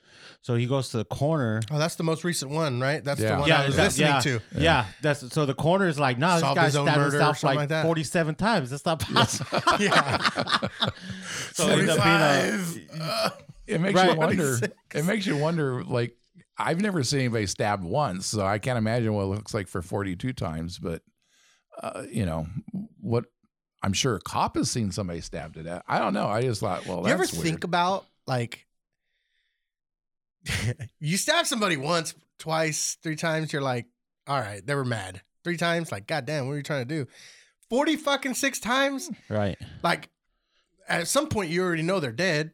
[SPEAKER 1] So he goes to the coroner.
[SPEAKER 2] Oh, that's the most recent one, right? That's
[SPEAKER 3] Yeah.
[SPEAKER 2] the one
[SPEAKER 1] Yeah,
[SPEAKER 2] I was
[SPEAKER 1] is that-
[SPEAKER 2] listening
[SPEAKER 1] yeah.
[SPEAKER 2] to.
[SPEAKER 1] Yeah. that's so the coroner is like, nah,
[SPEAKER 2] Solved
[SPEAKER 1] this
[SPEAKER 2] his
[SPEAKER 1] guy
[SPEAKER 2] own
[SPEAKER 1] stabbed
[SPEAKER 2] murder or
[SPEAKER 1] himself
[SPEAKER 2] something
[SPEAKER 1] like,
[SPEAKER 2] like that."
[SPEAKER 1] 47 times. That's not possible.
[SPEAKER 2] Yeah,
[SPEAKER 1] so it ends up being a-
[SPEAKER 3] It makes
[SPEAKER 1] Right.
[SPEAKER 3] you wonder. It makes you wonder. Like I've never seen anybody stabbed once, so I can't imagine what it looks like for 42 times. But uh, you know what? I'm sure a cop has seen somebody stabbed to death. I don't know. I just thought, well,
[SPEAKER 2] you ever
[SPEAKER 3] that's weird.
[SPEAKER 2] think about like you stab somebody once, twice, three times? You're like, all right, they were mad. Three times, like, goddamn, what are you trying to do? Forty fucking six times,
[SPEAKER 1] right.
[SPEAKER 2] like, at some point you already know they're dead.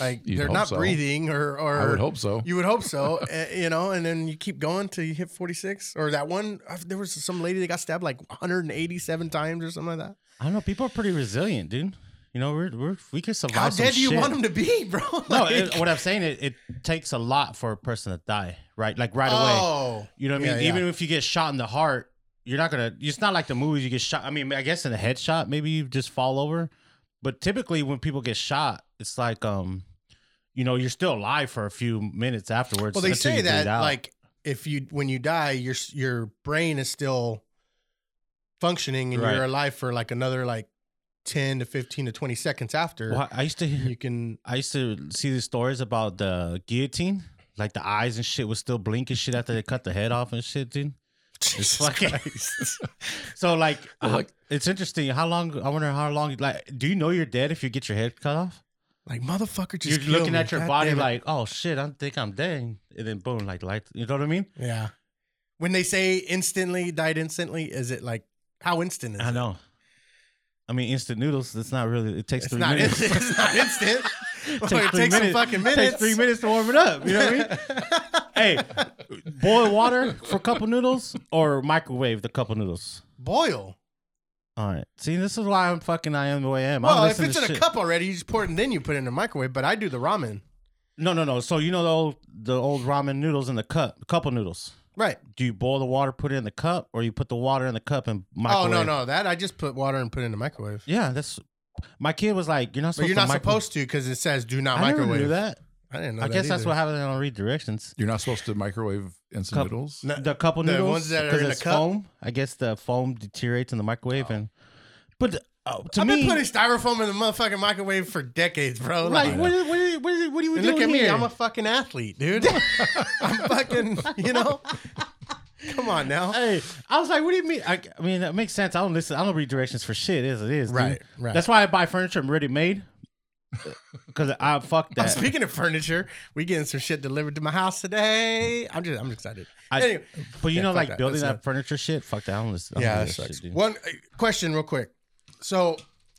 [SPEAKER 2] Like
[SPEAKER 3] You'd
[SPEAKER 2] they're
[SPEAKER 3] hope
[SPEAKER 2] not
[SPEAKER 3] so.
[SPEAKER 2] breathing, or or
[SPEAKER 3] I would hope so.
[SPEAKER 2] You would hope so, uh, you know, and then you keep going till you hit 46 or that one. uh, There was some lady that got stabbed like 187 times or something like that.
[SPEAKER 1] I don't know. People are pretty resilient, dude. You know, we're, we're we could survive.
[SPEAKER 2] How
[SPEAKER 1] some
[SPEAKER 2] dead do you
[SPEAKER 1] shit.
[SPEAKER 2] want them to be, bro?
[SPEAKER 1] No,
[SPEAKER 2] Like-
[SPEAKER 1] it, what I'm saying is, it takes a lot for a person to die, right? Like right away.
[SPEAKER 2] oh,
[SPEAKER 1] You know what I
[SPEAKER 2] Yeah,
[SPEAKER 1] mean?
[SPEAKER 2] yeah.
[SPEAKER 1] Even if you get shot in the heart, you're not gonna. It's not like the movies. You get shot. I mean, I guess in a headshot, maybe you just fall over. But typically, when people get shot, it's like, um, you know, you're still alive for a few minutes afterwards.
[SPEAKER 2] well, they
[SPEAKER 1] until
[SPEAKER 2] say
[SPEAKER 1] you breathe
[SPEAKER 2] that
[SPEAKER 1] out.
[SPEAKER 2] like if you when you die, your s- your brain is still functioning and
[SPEAKER 1] Right.
[SPEAKER 2] you're alive for like another like 10 to 15 to 20 seconds after.
[SPEAKER 1] Well, I used to
[SPEAKER 2] You
[SPEAKER 1] hear,
[SPEAKER 2] can
[SPEAKER 1] I used to see these stories about the guillotine, like the eyes and shit was still blinking shit after they cut the head off and shit, dude.
[SPEAKER 2] Jesus
[SPEAKER 1] fucking-
[SPEAKER 2] Christ.
[SPEAKER 1] So like,
[SPEAKER 3] Well,
[SPEAKER 1] uh,
[SPEAKER 3] like-
[SPEAKER 1] it's interesting. How long? I wonder how long. Like, do you know you're dead if you get your head cut off?
[SPEAKER 2] like motherfucker. Just
[SPEAKER 1] you're
[SPEAKER 2] kill
[SPEAKER 1] looking
[SPEAKER 2] me.
[SPEAKER 1] at your
[SPEAKER 2] God
[SPEAKER 1] body
[SPEAKER 2] damn it.
[SPEAKER 1] like, oh shit, I think I'm dead. And then boom, like, like, you know what I mean?
[SPEAKER 2] Yeah. When they say instantly, died instantly, is it like how instant is
[SPEAKER 1] I
[SPEAKER 2] it?
[SPEAKER 1] know. I mean, instant noodles. It's not really. It takes
[SPEAKER 2] It's
[SPEAKER 1] three
[SPEAKER 2] not
[SPEAKER 1] minutes.
[SPEAKER 2] instant. It's not instant.
[SPEAKER 1] It
[SPEAKER 2] Well, it
[SPEAKER 1] three
[SPEAKER 2] takes some
[SPEAKER 1] minutes.
[SPEAKER 2] fucking
[SPEAKER 1] It
[SPEAKER 2] minutes.
[SPEAKER 1] takes three minutes to warm it up. You know what I mean? hey, boil water for a couple noodles or microwave the couple noodles.
[SPEAKER 2] Boil.
[SPEAKER 1] All right. See, this is why I'm fucking I am the way I am. I don't
[SPEAKER 2] Well, if
[SPEAKER 1] listen
[SPEAKER 2] it's
[SPEAKER 1] to
[SPEAKER 2] in a
[SPEAKER 1] shit.
[SPEAKER 2] cup already, you just pour it and then you put it in the microwave. But I do the ramen.
[SPEAKER 1] No, no, no. So you know the old the old ramen noodles in the cup, couple noodles.
[SPEAKER 2] Right.
[SPEAKER 1] Do you boil the water, put it in the cup, or you put the water in the cup and
[SPEAKER 2] Oh
[SPEAKER 1] microwave?
[SPEAKER 2] no, no, that I just put water and put it in the microwave.
[SPEAKER 1] Yeah, that's my kid was like, "You're not
[SPEAKER 2] But
[SPEAKER 1] supposed
[SPEAKER 2] you're
[SPEAKER 1] to."
[SPEAKER 2] not
[SPEAKER 1] micro-
[SPEAKER 2] supposed to because it says do not
[SPEAKER 1] I never
[SPEAKER 2] microwave.
[SPEAKER 1] knew that.
[SPEAKER 2] I didn't know.
[SPEAKER 1] I
[SPEAKER 2] that
[SPEAKER 1] guess that's
[SPEAKER 2] either.
[SPEAKER 1] what happens when I don't read directions.
[SPEAKER 3] You're not supposed to microwave instant
[SPEAKER 1] Cup-
[SPEAKER 3] noodles.
[SPEAKER 2] No,
[SPEAKER 1] The couple
[SPEAKER 2] the
[SPEAKER 1] noodles,
[SPEAKER 2] ones that are
[SPEAKER 1] 'cause
[SPEAKER 2] in a
[SPEAKER 1] it's
[SPEAKER 2] cup? Oh.
[SPEAKER 1] foam. I guess the foam deteriorates in the microwave, and but uh, to
[SPEAKER 2] I've
[SPEAKER 1] me,
[SPEAKER 2] been putting styrofoam in the motherfucking microwave for decades, bro.
[SPEAKER 1] like, what, is- what, is- what, is- what are you
[SPEAKER 2] And
[SPEAKER 1] doing
[SPEAKER 2] look at me,
[SPEAKER 1] here?
[SPEAKER 2] I'm a fucking athlete, dude. I'm fucking, you know. Come on now.
[SPEAKER 1] Hey, I was like, "What do you mean?" I, I mean, that makes sense. I don't listen. I don't read directions for shit. Is it is dude.
[SPEAKER 2] Right, right.
[SPEAKER 1] That's why I buy furniture ready made. because I fucked
[SPEAKER 2] I'm
[SPEAKER 1] that.
[SPEAKER 2] speaking of furniture, we getting some shit delivered to my house today. I'm just I'm excited.
[SPEAKER 1] I-
[SPEAKER 2] anyway,
[SPEAKER 1] but you
[SPEAKER 2] Yeah,
[SPEAKER 1] know,
[SPEAKER 2] fuck
[SPEAKER 1] like
[SPEAKER 2] that.
[SPEAKER 1] building
[SPEAKER 2] That's
[SPEAKER 1] that furniture shit. Fuck that. I don't listen. I don't
[SPEAKER 2] yeah,
[SPEAKER 1] do
[SPEAKER 2] that
[SPEAKER 1] that shit,
[SPEAKER 2] sucks.
[SPEAKER 1] dude.
[SPEAKER 2] One uh, question, real quick. So,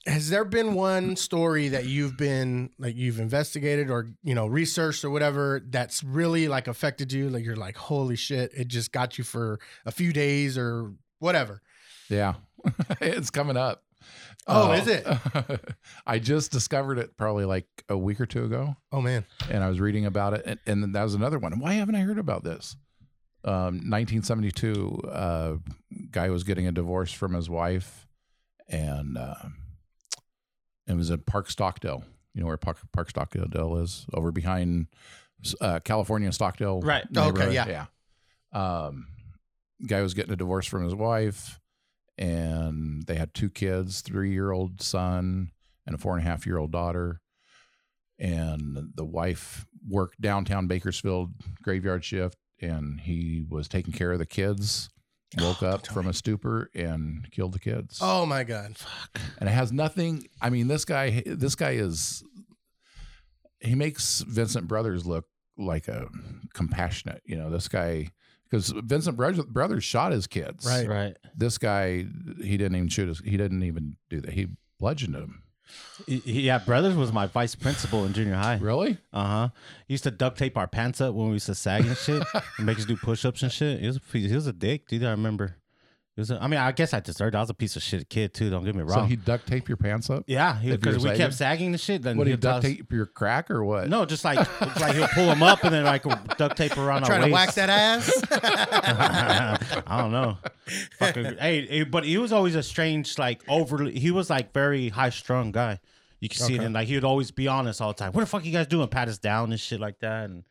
[SPEAKER 2] has there been one story that you've been like you've investigated or you know researched or whatever that's really like affected you? Like you're like, holy shit, it just got you for a few days or whatever.
[SPEAKER 3] Yeah, it's coming up.
[SPEAKER 2] Oh,
[SPEAKER 3] Uh,
[SPEAKER 2] is it?
[SPEAKER 3] I just discovered it probably like a week or two ago,
[SPEAKER 2] Oh man,
[SPEAKER 3] and I was reading about it, and, and then that was another one. Why haven't I heard about this? Um, 1972, uh, guy was getting a divorce from his wife, and uh, it was in Park Stockdale. You know where Park, Park Stockdale is, over behind uh, California Stockdale.
[SPEAKER 1] Right.
[SPEAKER 2] Okay,
[SPEAKER 3] neighborhood.
[SPEAKER 2] yeah.
[SPEAKER 3] Yeah. Um, guy was getting a divorce from his wife, and they had two kids, three year old son and a four and a half year old daughter. And the wife worked downtown Bakersfield graveyard shift, and he was taking care of the kids. Woke
[SPEAKER 2] Oh,
[SPEAKER 3] up
[SPEAKER 2] don't
[SPEAKER 3] from a stupor and killed the kids
[SPEAKER 2] oh my god,
[SPEAKER 3] and it has nothing. I mean, this guy, this guy is, he makes Vincent Brothers look like a compassionate. You know, this guy because Vincent Bro- Brothers shot his kids.
[SPEAKER 2] Right.
[SPEAKER 1] Right.
[SPEAKER 3] This guy, he didn't even shoot us. He didn't even do that. He bludgeoned him.
[SPEAKER 1] Y- Yeah, brothers was my vice principal in junior high.
[SPEAKER 3] Really?
[SPEAKER 1] Uh huh. He used to duct tape our pants up when we used to sag and shit, and make us do push ups and shit. He was a, piece- he was a dick, dude. I remember. He was. A, I mean, I guess I deserved. I was a piece of shit kid too. Don't get me
[SPEAKER 3] So
[SPEAKER 1] wrong.
[SPEAKER 3] he duct tape your pants up.
[SPEAKER 1] yeah,
[SPEAKER 3] If you were
[SPEAKER 1] because we kept
[SPEAKER 3] sagging?
[SPEAKER 1] sagging the shit. Then
[SPEAKER 3] What? He
[SPEAKER 1] he'd tell
[SPEAKER 3] duct
[SPEAKER 1] us-
[SPEAKER 3] tape your crack or what?
[SPEAKER 1] No, just like it's like he'll pull them up and then like duct tape around our
[SPEAKER 2] trying to
[SPEAKER 1] waist.
[SPEAKER 2] whack that ass.
[SPEAKER 1] I don't know. Fucking, hey, hey, but he was always a strange, like overly. He was like very high strung guy. You can see it,
[SPEAKER 2] Okay.
[SPEAKER 1] and like he would always be honest all the time. What the fuck you guys doing? Pat us down and shit like that. And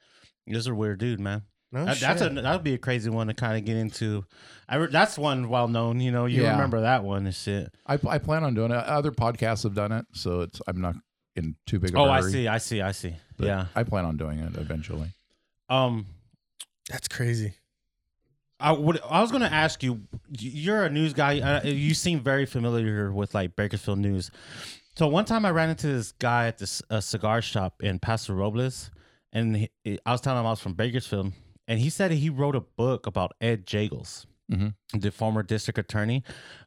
[SPEAKER 1] he was a weird dude, man.
[SPEAKER 2] No
[SPEAKER 1] That- that's a
[SPEAKER 2] shit.
[SPEAKER 1] that would be a crazy one to kind of get into. I re- that's one well known. You know, you
[SPEAKER 3] Yeah.
[SPEAKER 1] remember that one and shit.
[SPEAKER 3] I, I plan on doing it. Other podcasts have done it, so it's I'm not in too big. Of
[SPEAKER 1] Oh,
[SPEAKER 3] a
[SPEAKER 1] I
[SPEAKER 3] hurry,
[SPEAKER 1] see, I see, I see.
[SPEAKER 3] but
[SPEAKER 1] Yeah.
[SPEAKER 3] I plan on doing it eventually.
[SPEAKER 1] Um,
[SPEAKER 2] that's crazy.
[SPEAKER 1] I would. I was going to ask you. You're a news guy. Uh, you seem very familiar with like Bakersfield news. So one time I ran into this guy at this uh, cigar shop in Paso Robles, and he, I was telling him I was from Bakersfield, and he said he wrote a book about Ed Jagels,
[SPEAKER 3] Mhm.
[SPEAKER 1] the former district attorney.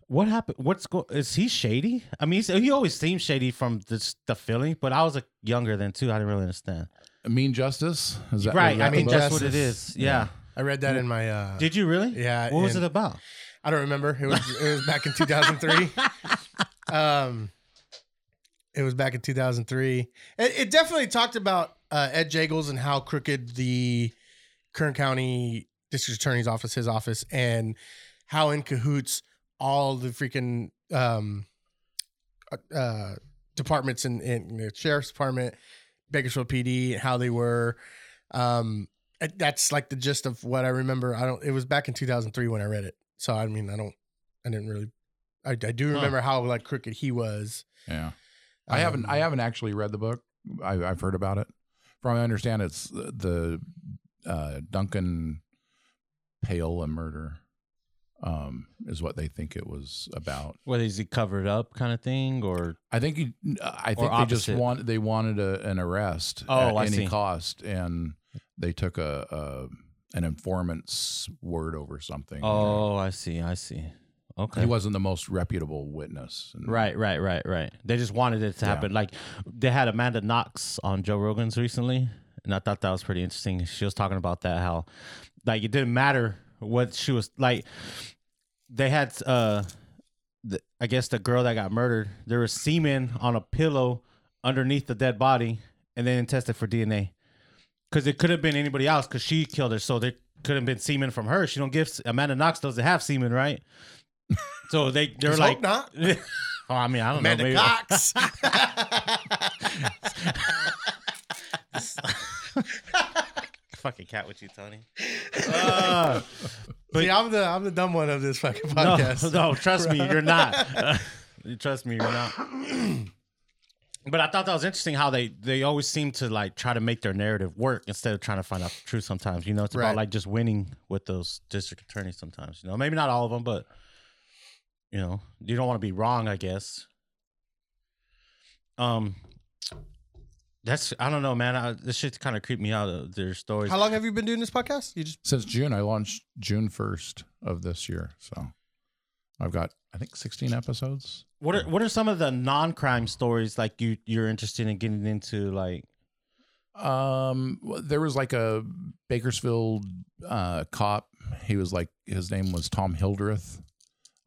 [SPEAKER 1] What happened? What's go? Is he shady? I mean, he's, he always seemed shady from this, the feeling, but I was a younger then too. I didn't really understand.
[SPEAKER 3] Mean justice is that
[SPEAKER 1] right.
[SPEAKER 3] was that
[SPEAKER 1] I
[SPEAKER 3] the
[SPEAKER 1] mean,
[SPEAKER 3] book?
[SPEAKER 1] that's what it
[SPEAKER 2] Justice.
[SPEAKER 1] is. Yeah.
[SPEAKER 2] I read that in my. uh
[SPEAKER 1] Did you really?
[SPEAKER 2] Yeah,
[SPEAKER 1] What was
[SPEAKER 2] and-
[SPEAKER 1] it about?
[SPEAKER 2] I don't remember. It was it was back in 2003. um, it was back in 2003. It, it definitely talked about uh, Ed Jagels and how crooked the Kern County District Attorney's office, his office, and how in cahoots all the freaking um, uh, departments in, in the sheriff's department, Bakersfield PD, and how they were. Um, uh, that's like the gist of what I remember. I don't. It was back in 2003 when I read it, so I mean, I don't. I didn't really. I, I do
[SPEAKER 1] Huh.
[SPEAKER 2] remember how like crooked he was.
[SPEAKER 3] Yeah, I haven't. I haven't actually read the book. I, I've heard about it. From what I understand, it's the uh, Duncan Pale and murder um, is what they think it was about.
[SPEAKER 1] Whether is he covered up kind of thing or
[SPEAKER 3] I think he, I think
[SPEAKER 1] Or
[SPEAKER 3] they just
[SPEAKER 1] opposite.
[SPEAKER 3] want they wanted a, an arrest
[SPEAKER 1] Oh,
[SPEAKER 3] at
[SPEAKER 1] I
[SPEAKER 3] any
[SPEAKER 1] see.
[SPEAKER 3] cost, and they took a, a an informant's word over something.
[SPEAKER 1] oh I see I see okay
[SPEAKER 3] he wasn't the most reputable witness. And-
[SPEAKER 1] right right right right they just wanted it to
[SPEAKER 3] Yeah.
[SPEAKER 1] happen like they had Amanda Knox on Joe Rogan's recently and I thought that was pretty interesting she was talking about that how like it didn't matter what she was like they had uh the, I guess the girl that got murdered there was semen on a pillow underneath the dead body and then tested for DNA because it could have been anybody else because she killed her. So there could have been semen from her. She don't give Amanda Knox doesn't have semen, right? So they they're
[SPEAKER 2] Let's
[SPEAKER 1] like,
[SPEAKER 2] hope not.
[SPEAKER 1] oh, I mean, I don't
[SPEAKER 2] Amanda
[SPEAKER 1] know. Maybe,
[SPEAKER 2] Cox.
[SPEAKER 1] fucking cat with you, Tony. Uh, But-
[SPEAKER 2] See, I'm the I'm the dumb one of this fucking
[SPEAKER 1] no,
[SPEAKER 2] podcast.
[SPEAKER 1] no, trust me, you're not. You trust me, you're not. But I thought that was interesting how they they always seem to like try to make their narrative work instead of trying to find out the truth. Sometimes you know it's
[SPEAKER 2] Right.
[SPEAKER 1] about like just winning with those district attorneys. Sometimes you know maybe not all of them, but you know you don't want to be wrong, I guess. Um, That's I don't know, man. I, this shit kind of creeped me out. uh, Their stories.
[SPEAKER 2] How long have you been doing this podcast? You just
[SPEAKER 3] Since June, I launched June 1st of this year. So I've got, I think, 16 episodes.
[SPEAKER 1] What are what are some of the non-crime stories like you you're interested in getting into? Like,
[SPEAKER 3] Um, well, there was like a Bakersfield uh, cop. He was like his name was Tom Hildreth.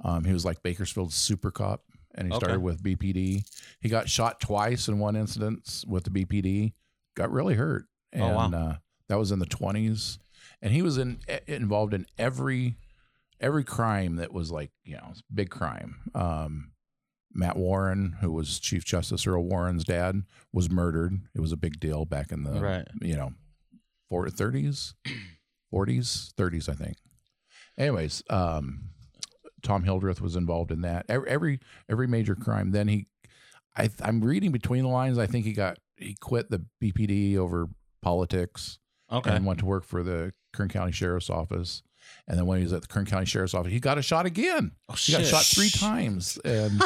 [SPEAKER 3] Um, he was like Bakersfield's super cop, and he
[SPEAKER 1] Okay.
[SPEAKER 3] started with BPD. He got shot twice in one incident with the BPD. Got really hurt, and
[SPEAKER 1] Oh, wow.
[SPEAKER 3] uh, that was in the twenties. And he was in eh, involved in every every crime that was like you know big crime. Um, Matt Warren, who was Chief Justice Earl Warren's dad, was murdered. It was a big deal back in the
[SPEAKER 1] Right.
[SPEAKER 3] you know four, 30s, 40s, 30s, I think. Anyways, um, Tom Hildreth was involved in that. Every every, every major crime. Then he, I, I'm reading between the lines. I think he got he quit the BPD over politics
[SPEAKER 1] okay,
[SPEAKER 3] and went to work for the Kern County Sheriff's Office. And then when he was at the Kern County Sheriff's Office, he got a shot again.
[SPEAKER 1] oh,
[SPEAKER 3] He got shot three times. And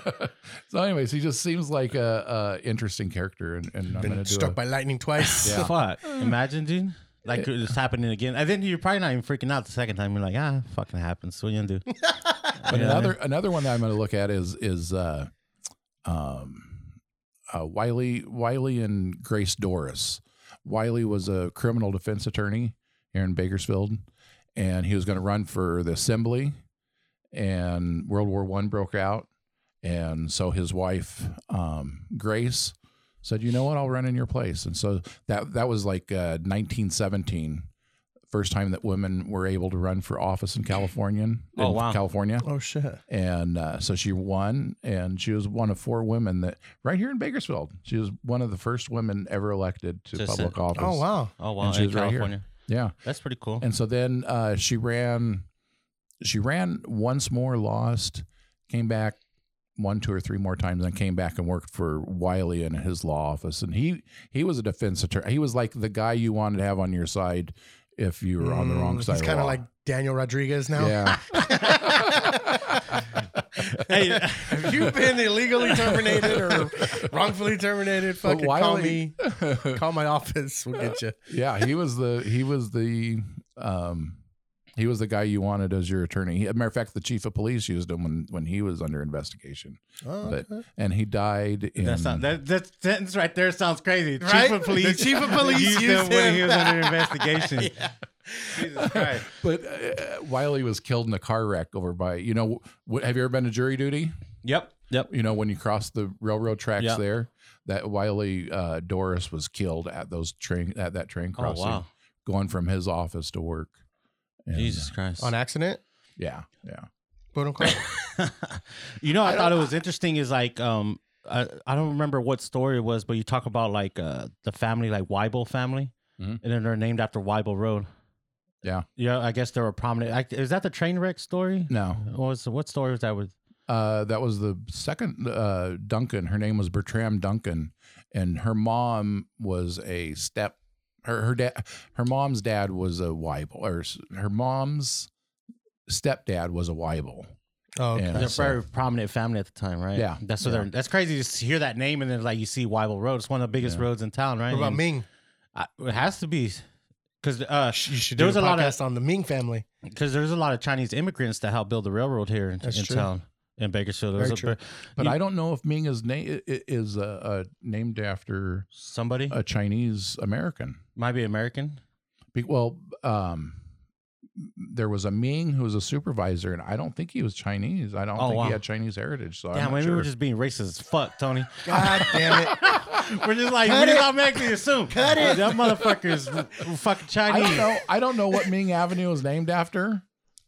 [SPEAKER 3] so, anyways, he just seems like a, a interesting character. And, and I'm going
[SPEAKER 2] been
[SPEAKER 3] to do
[SPEAKER 2] struck
[SPEAKER 3] a,
[SPEAKER 2] by lightning twice.
[SPEAKER 3] Yeah.
[SPEAKER 1] Fuck, imagine, dude. Like it's happening again, and then you're probably not even freaking out the second time. You're like, ah, fucking happens. What you gonna do?
[SPEAKER 3] But
[SPEAKER 1] You know what I
[SPEAKER 3] another another one that I'm going to look at is is uh, um, uh, Wiley Wiley and Grace Doris. Wiley was a criminal defense attorney here in Bakersfield, and he was going to run for the assembly. And World War One broke out, and so his wife um, Grace said, "You know what? I'll run in your place." And so that that was like uh, 1917. First time that women were able to run for office in California. in
[SPEAKER 1] Oh, wow.
[SPEAKER 3] California
[SPEAKER 2] Oh shit.
[SPEAKER 3] and uh, so she won, and she was one of four women that right here in Bakersfield. She was one of the first women ever elected to
[SPEAKER 1] Just
[SPEAKER 3] public
[SPEAKER 1] a-
[SPEAKER 3] office.
[SPEAKER 2] Oh wow.
[SPEAKER 1] Oh wow,
[SPEAKER 3] And she
[SPEAKER 1] in
[SPEAKER 3] was right here.
[SPEAKER 1] California.
[SPEAKER 3] Yeah,
[SPEAKER 1] That's pretty cool.
[SPEAKER 3] and so then uh, she ran, she ran once more, lost, came back one, two, or three more times, and came back and worked for Wiley in his law office. And he he was a defense attorney. He was like the guy you wanted to have on your side if you were on the wrong
[SPEAKER 2] Mm,
[SPEAKER 3] side.
[SPEAKER 2] He's
[SPEAKER 3] of
[SPEAKER 2] kind
[SPEAKER 3] the
[SPEAKER 2] of
[SPEAKER 3] law.
[SPEAKER 2] like Daniel Rodriguez now.
[SPEAKER 3] yeah.
[SPEAKER 1] hey,
[SPEAKER 2] If you've been illegally terminated or wrongfully terminated, fucking call me.
[SPEAKER 3] Wiley-
[SPEAKER 2] Call my office. We'll get you.
[SPEAKER 3] yeah he was the he was the um he was the guy you wanted as your attorney. He, as a matter of fact, the chief of police used him when, when he was under investigation,
[SPEAKER 2] Oh,
[SPEAKER 3] But-
[SPEAKER 2] okay.
[SPEAKER 3] and he died in.
[SPEAKER 1] that sound that that sentence right there sounds crazy.
[SPEAKER 2] Right?
[SPEAKER 1] Chief of police,
[SPEAKER 2] The chief of police
[SPEAKER 1] used
[SPEAKER 2] used
[SPEAKER 1] him when he
[SPEAKER 2] him.
[SPEAKER 1] was under investigation. Jesus Christ.
[SPEAKER 3] but uh, Wiley was killed in a car wreck over by you know. What, have you ever been to jury duty?
[SPEAKER 1] Yep, yep.
[SPEAKER 3] You know when you cross the railroad tracks
[SPEAKER 1] Yeah.
[SPEAKER 3] there, that Wiley uh, Doris was killed at those train at that train
[SPEAKER 1] Oh
[SPEAKER 3] crossing,
[SPEAKER 1] wow,
[SPEAKER 3] going from his office to work. And, uh,
[SPEAKER 1] Jesus Christ.
[SPEAKER 2] On accident,
[SPEAKER 3] Yeah, yeah.
[SPEAKER 2] quote unquote.
[SPEAKER 1] you know, I,
[SPEAKER 3] I
[SPEAKER 1] thought it
[SPEAKER 3] don't-
[SPEAKER 1] was interesting. Is like, um, I, I don't remember what story it was, but you talk about like uh the family, like Weibel family,
[SPEAKER 3] Mhm.
[SPEAKER 1] and then they're named after Weibel Road.
[SPEAKER 3] Yeah.
[SPEAKER 1] yeah. I guess they were prominent. I, is that the train wreck story?
[SPEAKER 3] No,
[SPEAKER 1] What was what story was that with?
[SPEAKER 3] Uh, that was the second uh, Duncan. Her name was Bertram Duncan, and her mom was a step. Her her dad, her mom's dad was a Weibel, or s- her mom's stepdad was a Weibel.
[SPEAKER 2] Oh, okay.
[SPEAKER 3] Yeah.
[SPEAKER 1] They're a
[SPEAKER 3] so-
[SPEAKER 1] very prominent family at the time, right?
[SPEAKER 3] Yeah,
[SPEAKER 1] that's what
[SPEAKER 3] yeah.
[SPEAKER 1] they're. That's crazy to s- hear that name and then like you see Weibel Road. It's one of the biggest
[SPEAKER 3] Yeah.
[SPEAKER 1] roads in town, right?
[SPEAKER 2] What about
[SPEAKER 1] And
[SPEAKER 2] Ming?
[SPEAKER 1] I, it has to be, because uh,
[SPEAKER 2] You should
[SPEAKER 1] There
[SPEAKER 2] do
[SPEAKER 1] was a
[SPEAKER 2] a,
[SPEAKER 1] lot of-
[SPEAKER 2] podcast on the Ming family.
[SPEAKER 1] because there's a lot of Chinese immigrants that helped build the railroad here in,
[SPEAKER 2] That's
[SPEAKER 1] in
[SPEAKER 2] true.
[SPEAKER 1] town in Bakersfield. There was
[SPEAKER 2] Very
[SPEAKER 1] a-
[SPEAKER 2] true.
[SPEAKER 3] But
[SPEAKER 1] You-
[SPEAKER 3] I don't know if Ming is na- is uh, uh, named after
[SPEAKER 1] Somebody
[SPEAKER 3] a Chinese American.
[SPEAKER 1] might be American.
[SPEAKER 3] Be- well, um, there was a Ming who was a supervisor, and I don't think he was Chinese. I don't
[SPEAKER 1] Oh,
[SPEAKER 3] think
[SPEAKER 1] wow.
[SPEAKER 3] he had Chinese heritage. So
[SPEAKER 1] Damn,
[SPEAKER 3] I'm not
[SPEAKER 1] maybe
[SPEAKER 3] sure.
[SPEAKER 1] we're just being racist as fuck, Tony.
[SPEAKER 2] God damn it!
[SPEAKER 1] We're just like
[SPEAKER 2] Cut
[SPEAKER 1] we
[SPEAKER 2] it.
[SPEAKER 1] just automatically assume
[SPEAKER 2] Cut it.
[SPEAKER 1] that motherfucker's fucking
[SPEAKER 3] I don't
[SPEAKER 1] Chinese.
[SPEAKER 3] know. I don't know what Ming Avenue is named after.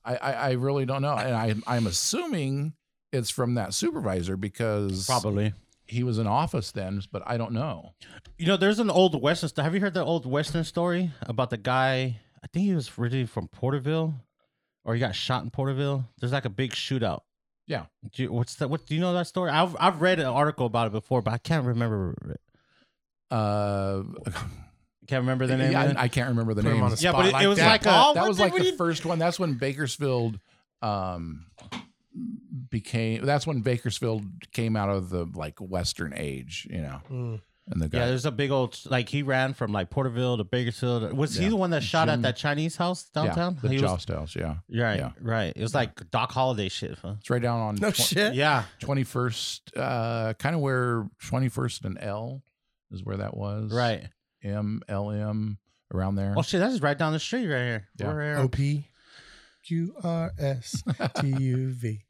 [SPEAKER 3] I, I, I really don't know, and I I'm assuming it's from that supervisor because
[SPEAKER 1] Probably.
[SPEAKER 3] he was in office then, but I don't know.
[SPEAKER 1] You know, there's an old western. sto- Have you heard the old western story about the guy? I think he was originally from Porterville, or he got shot in Porterville. There's like a big shootout.
[SPEAKER 3] Yeah.
[SPEAKER 1] Do you, what's that? What do you know that story? I've I've read an article about it before, but I can't remember.
[SPEAKER 3] Uh,
[SPEAKER 1] Can't remember the name.
[SPEAKER 3] yeah,
[SPEAKER 1] of it.
[SPEAKER 3] I, I can't remember the
[SPEAKER 2] Put him
[SPEAKER 3] name.
[SPEAKER 2] on the
[SPEAKER 1] Yeah,
[SPEAKER 2] spot
[SPEAKER 1] but it- it was
[SPEAKER 2] that.
[SPEAKER 1] like a-
[SPEAKER 2] Paul,
[SPEAKER 3] that
[SPEAKER 2] what
[SPEAKER 3] was
[SPEAKER 2] did
[SPEAKER 3] like
[SPEAKER 2] we
[SPEAKER 3] the
[SPEAKER 2] do?
[SPEAKER 3] first one. That's when Bakersfield um became. That's when Bakersfield came out of the like Western age. You know.
[SPEAKER 2] Mm.
[SPEAKER 3] And the guy,
[SPEAKER 1] Yeah, there's a big old like he ran from like Porterville to Bakersfield. Was he
[SPEAKER 3] Yeah.
[SPEAKER 1] the one that shot at
[SPEAKER 3] Jim-
[SPEAKER 1] that Chinese house
[SPEAKER 3] yeah,
[SPEAKER 1] downtown?
[SPEAKER 3] the
[SPEAKER 1] he was,
[SPEAKER 3] Jost House. Yeah,
[SPEAKER 1] right,
[SPEAKER 3] yeah.
[SPEAKER 1] right. It was like Doc Holiday shit, huh?
[SPEAKER 3] it's right down on
[SPEAKER 2] No
[SPEAKER 3] twen-
[SPEAKER 2] shit.
[SPEAKER 1] Yeah,
[SPEAKER 3] 21st, uh, kind of where 21st and L is where that was.
[SPEAKER 1] right.
[SPEAKER 3] M L M around there.
[SPEAKER 1] Oh shit, that's just right down the street right here.
[SPEAKER 3] Yeah.
[SPEAKER 1] We're here.
[SPEAKER 2] O P Q R S T U V.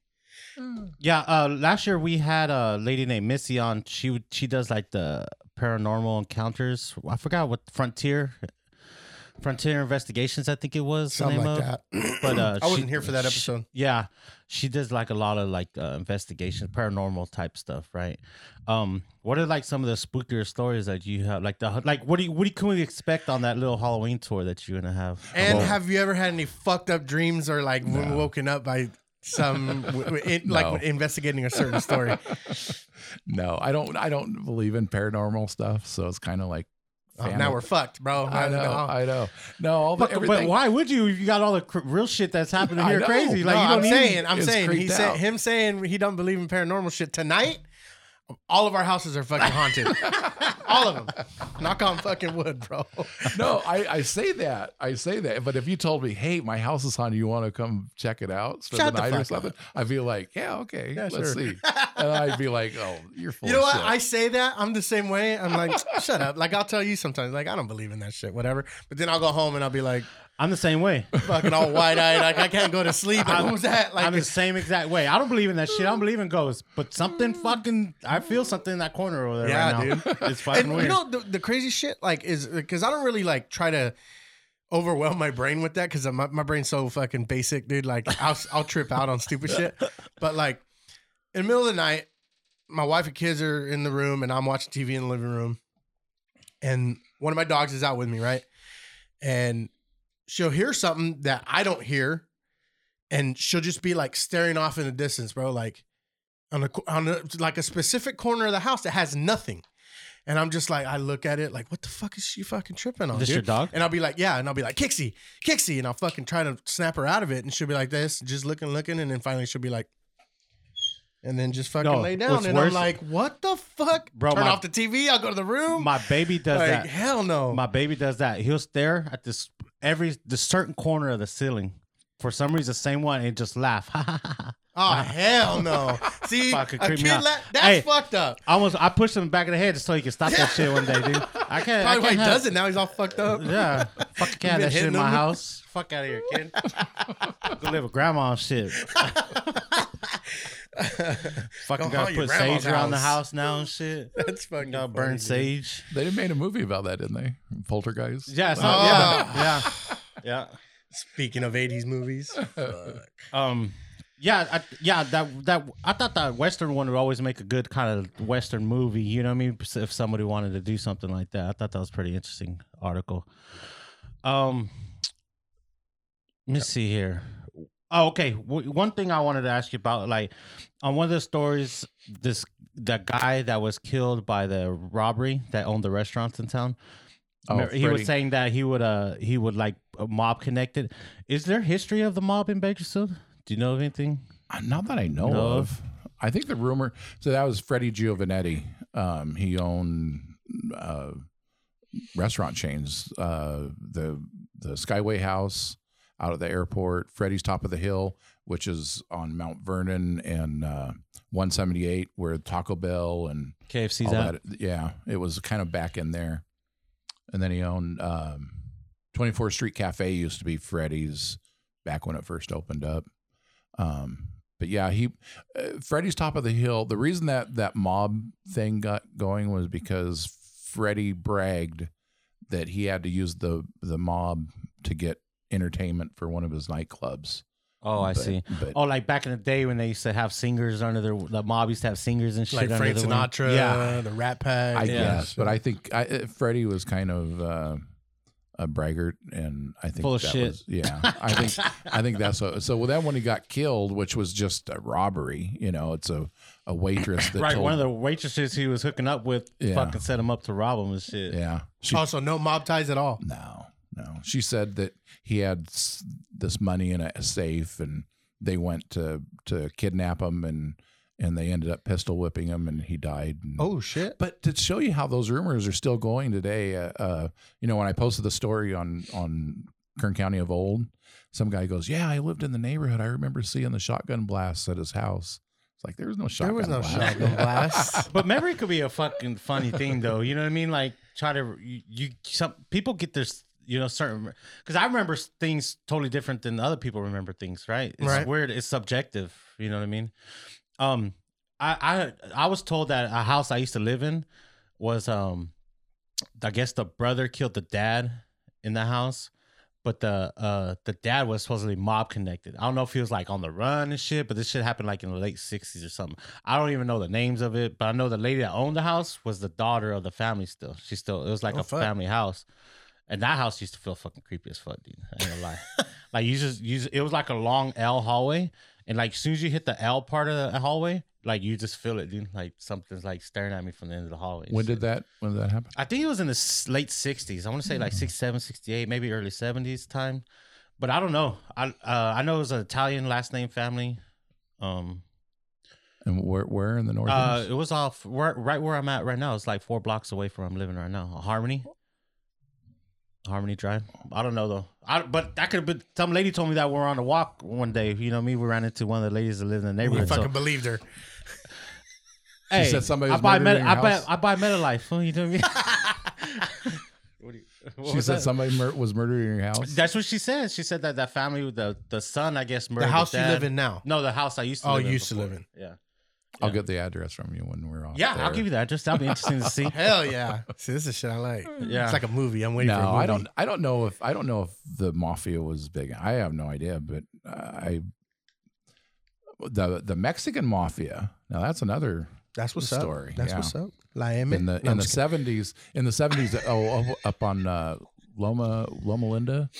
[SPEAKER 1] Yeah, uh, last year we had a lady named Missy on. She would- she does like the paranormal encounters. I forgot what frontier, frontier investigations. I think it was the
[SPEAKER 2] Something
[SPEAKER 1] name
[SPEAKER 2] like
[SPEAKER 1] of.
[SPEAKER 2] that.
[SPEAKER 1] But uh,
[SPEAKER 2] I wasn't
[SPEAKER 1] she-
[SPEAKER 2] here for that
[SPEAKER 1] she- Oh.
[SPEAKER 2] episode.
[SPEAKER 1] yeah, she does like a lot of like uh, investigations, paranormal type stuff, right? Um, what are like some of the spookier stories that you have? Like the like, what do you what do you, can we expect on that little Halloween tour that you're gonna have?
[SPEAKER 2] And
[SPEAKER 3] Well-
[SPEAKER 2] have you ever had any fucked up dreams or like w-
[SPEAKER 3] No.
[SPEAKER 2] woken up by some w- w- in,
[SPEAKER 3] No.
[SPEAKER 2] like investigating a certain story?
[SPEAKER 3] no, I don't. I don't believe in paranormal stuff. So it's kind of like
[SPEAKER 2] Oh, now
[SPEAKER 3] family-
[SPEAKER 2] we're fucked, bro.
[SPEAKER 3] I know. I know. No, all the,
[SPEAKER 1] Fuck, but
[SPEAKER 3] everything-
[SPEAKER 1] why would you? if You got all the cr- real shit that's happening
[SPEAKER 3] I
[SPEAKER 1] here,
[SPEAKER 3] know.
[SPEAKER 1] crazy. Like
[SPEAKER 2] no,
[SPEAKER 1] you don't
[SPEAKER 2] I'm
[SPEAKER 1] need.
[SPEAKER 2] saying, I'm
[SPEAKER 3] is
[SPEAKER 2] saying, he
[SPEAKER 3] creeped
[SPEAKER 2] said,
[SPEAKER 3] out.
[SPEAKER 2] him saying he don't believe in paranormal shit tonight. All of our houses are fucking haunted. all of them. Knock on fucking wood, bro.
[SPEAKER 3] no, I, I say that. I say that. But if you told me, hey, my house is haunted, you want to come check it out, spend
[SPEAKER 2] Shut
[SPEAKER 3] the
[SPEAKER 2] the
[SPEAKER 3] night
[SPEAKER 2] fuck
[SPEAKER 3] or
[SPEAKER 2] up.
[SPEAKER 3] something, I'd be like, yeah, okay,
[SPEAKER 2] Yeah,
[SPEAKER 3] let's
[SPEAKER 2] sure.
[SPEAKER 3] see. And I'd be like, oh, you're full
[SPEAKER 2] You know
[SPEAKER 3] of
[SPEAKER 2] what?
[SPEAKER 3] shit.
[SPEAKER 2] I say that. I'm the same way. I'm like, shut up. Like, I'll tell you sometimes, like, I don't believe in that shit, whatever. But then I'll go home and I'll be like,
[SPEAKER 1] I'm the same way.
[SPEAKER 2] fucking all wide eyed. Like, I can't go to sleep. Like, who's that? Like,
[SPEAKER 1] I'm the same exact way. I don't believe in that shit. I don't believe in ghosts, but something fucking. I feel something in that corner over there
[SPEAKER 2] Yeah,
[SPEAKER 1] right now.
[SPEAKER 2] dude.
[SPEAKER 1] It's fucking
[SPEAKER 2] and
[SPEAKER 1] weird.
[SPEAKER 2] you know the, the crazy shit like is because I don't really like try to overwhelm my brain with that because my, my brain's so fucking basic, dude. Like I'll I'll trip out on stupid shit, but like in the middle of the night, my wife and kids are in the room and I'm watching TV in the living room, and one of my dogs is out with me, right? And she'll hear something that I don't hear, and she'll just be like staring off in the distance, bro, like. On a, co- on a like a specific corner of the house that has nothing, and I'm just like, I look at it like, what the fuck is she fucking tripping on?
[SPEAKER 1] This
[SPEAKER 2] dude?
[SPEAKER 1] your dog?
[SPEAKER 2] And I'll be like, yeah. And I'll be like, Kixie, Kixie. And I'll fucking try to snap her out of it. And she'll be like this, just looking, looking. And then finally she'll be like, and then just fucking
[SPEAKER 1] No,
[SPEAKER 2] lay down.
[SPEAKER 1] what's
[SPEAKER 2] And I'm
[SPEAKER 1] worse-
[SPEAKER 2] like, what the fuck?
[SPEAKER 1] Bro,
[SPEAKER 2] Turn
[SPEAKER 1] my-
[SPEAKER 2] off the TV. I'll go to the room.
[SPEAKER 1] my baby does
[SPEAKER 2] like,
[SPEAKER 1] that.
[SPEAKER 2] hell no.
[SPEAKER 1] My baby does that. He'll stare at this every the certain corner of the ceiling for some reason, same one, and just laugh.
[SPEAKER 2] oh, hell no. See,
[SPEAKER 1] Fucking
[SPEAKER 2] a
[SPEAKER 1] creep me
[SPEAKER 2] kid,
[SPEAKER 1] out.
[SPEAKER 2] la- that's
[SPEAKER 1] Hey.
[SPEAKER 2] fucked up.
[SPEAKER 1] I almost I pushed him back in the head just so he could stop that shit one day, dude. I can't. I
[SPEAKER 2] Probably
[SPEAKER 1] can't
[SPEAKER 2] why he
[SPEAKER 1] have-
[SPEAKER 2] does it now. He's all fucked up.
[SPEAKER 1] Yeah, fuck
[SPEAKER 2] You
[SPEAKER 1] cat
[SPEAKER 2] been
[SPEAKER 1] that shit in
[SPEAKER 2] hitting
[SPEAKER 1] my
[SPEAKER 2] him?
[SPEAKER 1] house. Fuck out of here, kid. Go live with grandma and shit. Fucking
[SPEAKER 2] Go
[SPEAKER 1] gotta
[SPEAKER 2] haunt your
[SPEAKER 1] put sage
[SPEAKER 2] grandma's
[SPEAKER 1] around the
[SPEAKER 2] house.
[SPEAKER 1] house now and shit.
[SPEAKER 2] That's fucking
[SPEAKER 1] Gotta
[SPEAKER 2] funny,
[SPEAKER 1] burn
[SPEAKER 2] dude.
[SPEAKER 1] sage.
[SPEAKER 3] they made a movie about that, didn't they? Poltergeist. Uh,
[SPEAKER 1] Yeah, so,
[SPEAKER 2] Oh.
[SPEAKER 1] yeah, yeah,
[SPEAKER 2] Speaking of 80s movies, uh,
[SPEAKER 1] yeah. Um, yeah, I, yeah. That that I thought that western one would always make a good kind of western movie. You know what I mean? If somebody wanted to do something like that, I thought that was a pretty interesting article. Um, let me see here. Oh, okay. W- one thing I wanted to ask you about, like, on one of the stories, this the guy that was killed by the robbery that owned the restaurants in town.
[SPEAKER 3] Oh,
[SPEAKER 1] Remember, he
[SPEAKER 3] Freddie.
[SPEAKER 1] was saying that he would uh he would like uh, mob connected. Is there history of the mob in Bakersfield? Do you know of anything?
[SPEAKER 3] Uh, Not that I know
[SPEAKER 1] Know
[SPEAKER 3] of. I think the rumor. So that was Freddie Giovanetti. Um, he owned uh, restaurant chains, uh, the the Skyway House out at the airport, Freddie's Top of the Hill, which is on Mount Vernon and uh, 178, where Taco Bell and
[SPEAKER 1] KFC's
[SPEAKER 3] all
[SPEAKER 1] out.
[SPEAKER 3] that. Yeah, it was kind of back in there. And then he owned um, 24th Street Cafe used to be Freddy's back when it first opened up. Um, but yeah, he uh, Freddy's Top of the Hill. The reason that that mob thing got going was because Freddy bragged that he had to use the the mob to get entertainment for one of his nightclubs.
[SPEAKER 1] Oh, I
[SPEAKER 3] But-
[SPEAKER 1] see.
[SPEAKER 3] But
[SPEAKER 1] Oh, like back in the day when they used to have singers under their the mob used to have singers and shit.
[SPEAKER 2] like
[SPEAKER 1] under
[SPEAKER 2] Frank
[SPEAKER 1] the wing.
[SPEAKER 2] Sinatra,
[SPEAKER 1] Yeah.
[SPEAKER 2] the Rat Pack.
[SPEAKER 3] I
[SPEAKER 1] Yeah.
[SPEAKER 3] guess, but I think I, uh, Freddie was kind of uh, a braggart, and I think
[SPEAKER 1] Full of
[SPEAKER 3] that
[SPEAKER 1] shit.
[SPEAKER 3] Was, yeah, I think I think that's what, so. Well, then when he got killed, which was just a robbery, you know, it's a a waitress that
[SPEAKER 1] Right,
[SPEAKER 3] told,
[SPEAKER 1] one of the waitresses he was hooking up with
[SPEAKER 3] Yeah.
[SPEAKER 1] fucking set him up to rob him and shit.
[SPEAKER 3] yeah. She,
[SPEAKER 1] Oh.
[SPEAKER 2] also, no mob ties at all.
[SPEAKER 3] no, no. She said that he had s- this money in a safe, and they went to to kidnap him and. and they ended up pistol whipping him, and he died. And-
[SPEAKER 2] Oh shit.
[SPEAKER 3] but to show you how those rumors are still going today, uh, uh, you know, when I posted the story on on Kern County of Old, some guy goes, "Yeah, I lived in the neighborhood. I remember seeing the shotgun blasts at his house." It's like there was no
[SPEAKER 2] There
[SPEAKER 3] shotgun.
[SPEAKER 2] was no
[SPEAKER 3] blast.
[SPEAKER 2] shotgun blast.
[SPEAKER 1] But memory could be a fucking funny thing, though. You know what I mean? Like try to you, you some people get their s- you know certain because I remember s- things totally different than other people remember things. Right? It's
[SPEAKER 2] Right.
[SPEAKER 1] weird. It's subjective. You know what I mean? Um, I I I was told that a house I used to live in was um, I guess the brother killed the dad in the house. But the uh the dad was supposedly mob connected. I don't know if he was like on the run and shit, but this shit happened like in the late sixties or something. I don't even know the names of it, but I know the lady that owned the house was the daughter of the family still. She still it was like
[SPEAKER 2] Oh,
[SPEAKER 1] a
[SPEAKER 2] fuck.
[SPEAKER 1] family house. And that house used to feel fucking creepy as fuck, dude. I ain't gonna lie. like you just you just- it was like a long L hallway. And like as soon as you hit the L part of the hallway, like you just feel it, dude. Like something's like staring at me from the end of the hallway. and
[SPEAKER 3] When
[SPEAKER 1] shit.
[SPEAKER 3] did that? When did that happen?
[SPEAKER 1] I think it was in the s- late 60s. I want to say like 67, 68, maybe early 70s time. But I don't know. I uh, I know it was an Italian last name family. Um,
[SPEAKER 3] And where? Where in the north?
[SPEAKER 1] uh, it was off where, right where I'm at right now. It's like four blocks away from where I'm living right now. Harmony, Harmony Drive. I don't know though. I but that could have been some lady told me that we are on a walk one day. You know me. We ran into one of the ladies that lived in the
[SPEAKER 2] We
[SPEAKER 1] neighborhood. so-
[SPEAKER 2] fucking believed her.
[SPEAKER 1] hey,
[SPEAKER 3] said somebody
[SPEAKER 1] I
[SPEAKER 3] was
[SPEAKER 1] buy Meta-
[SPEAKER 3] murdered in your
[SPEAKER 1] I buy
[SPEAKER 3] house?
[SPEAKER 1] I buy MetaLife. huh? You know what I mean? What do you- what
[SPEAKER 3] she
[SPEAKER 1] was
[SPEAKER 3] said
[SPEAKER 1] that?
[SPEAKER 3] somebody mur- was murdered in your house.
[SPEAKER 1] That's what she said. She said that that family, with the the son, I guess, murdered
[SPEAKER 2] The house you
[SPEAKER 1] dad.
[SPEAKER 2] live in now.
[SPEAKER 1] No, the house I used to.
[SPEAKER 2] Oh,
[SPEAKER 1] live in
[SPEAKER 2] used to
[SPEAKER 1] before.
[SPEAKER 2] live in.
[SPEAKER 1] Yeah,
[SPEAKER 3] I'll
[SPEAKER 1] yeah.
[SPEAKER 3] get the address from you when
[SPEAKER 2] Oh,
[SPEAKER 3] we're off.
[SPEAKER 1] yeah. I'll
[SPEAKER 3] there.
[SPEAKER 1] give you that. Just that'll be interesting to see.
[SPEAKER 2] Hell yeah. See, this is shit I like.
[SPEAKER 1] Yeah.
[SPEAKER 2] It's like a movie. I'm waiting for a
[SPEAKER 3] no,
[SPEAKER 2] movie.
[SPEAKER 3] I don't. I don't know if I don't know if the mafia was big. I have no idea, but uh, I the the Mexican mafia. Now that's another
[SPEAKER 2] That's what's
[SPEAKER 3] Story,
[SPEAKER 2] up. That's
[SPEAKER 3] yeah.
[SPEAKER 2] what's up. La M.
[SPEAKER 3] in the in the seventies. In the seventies, oh, oh, up on uh, Loma Loma Linda,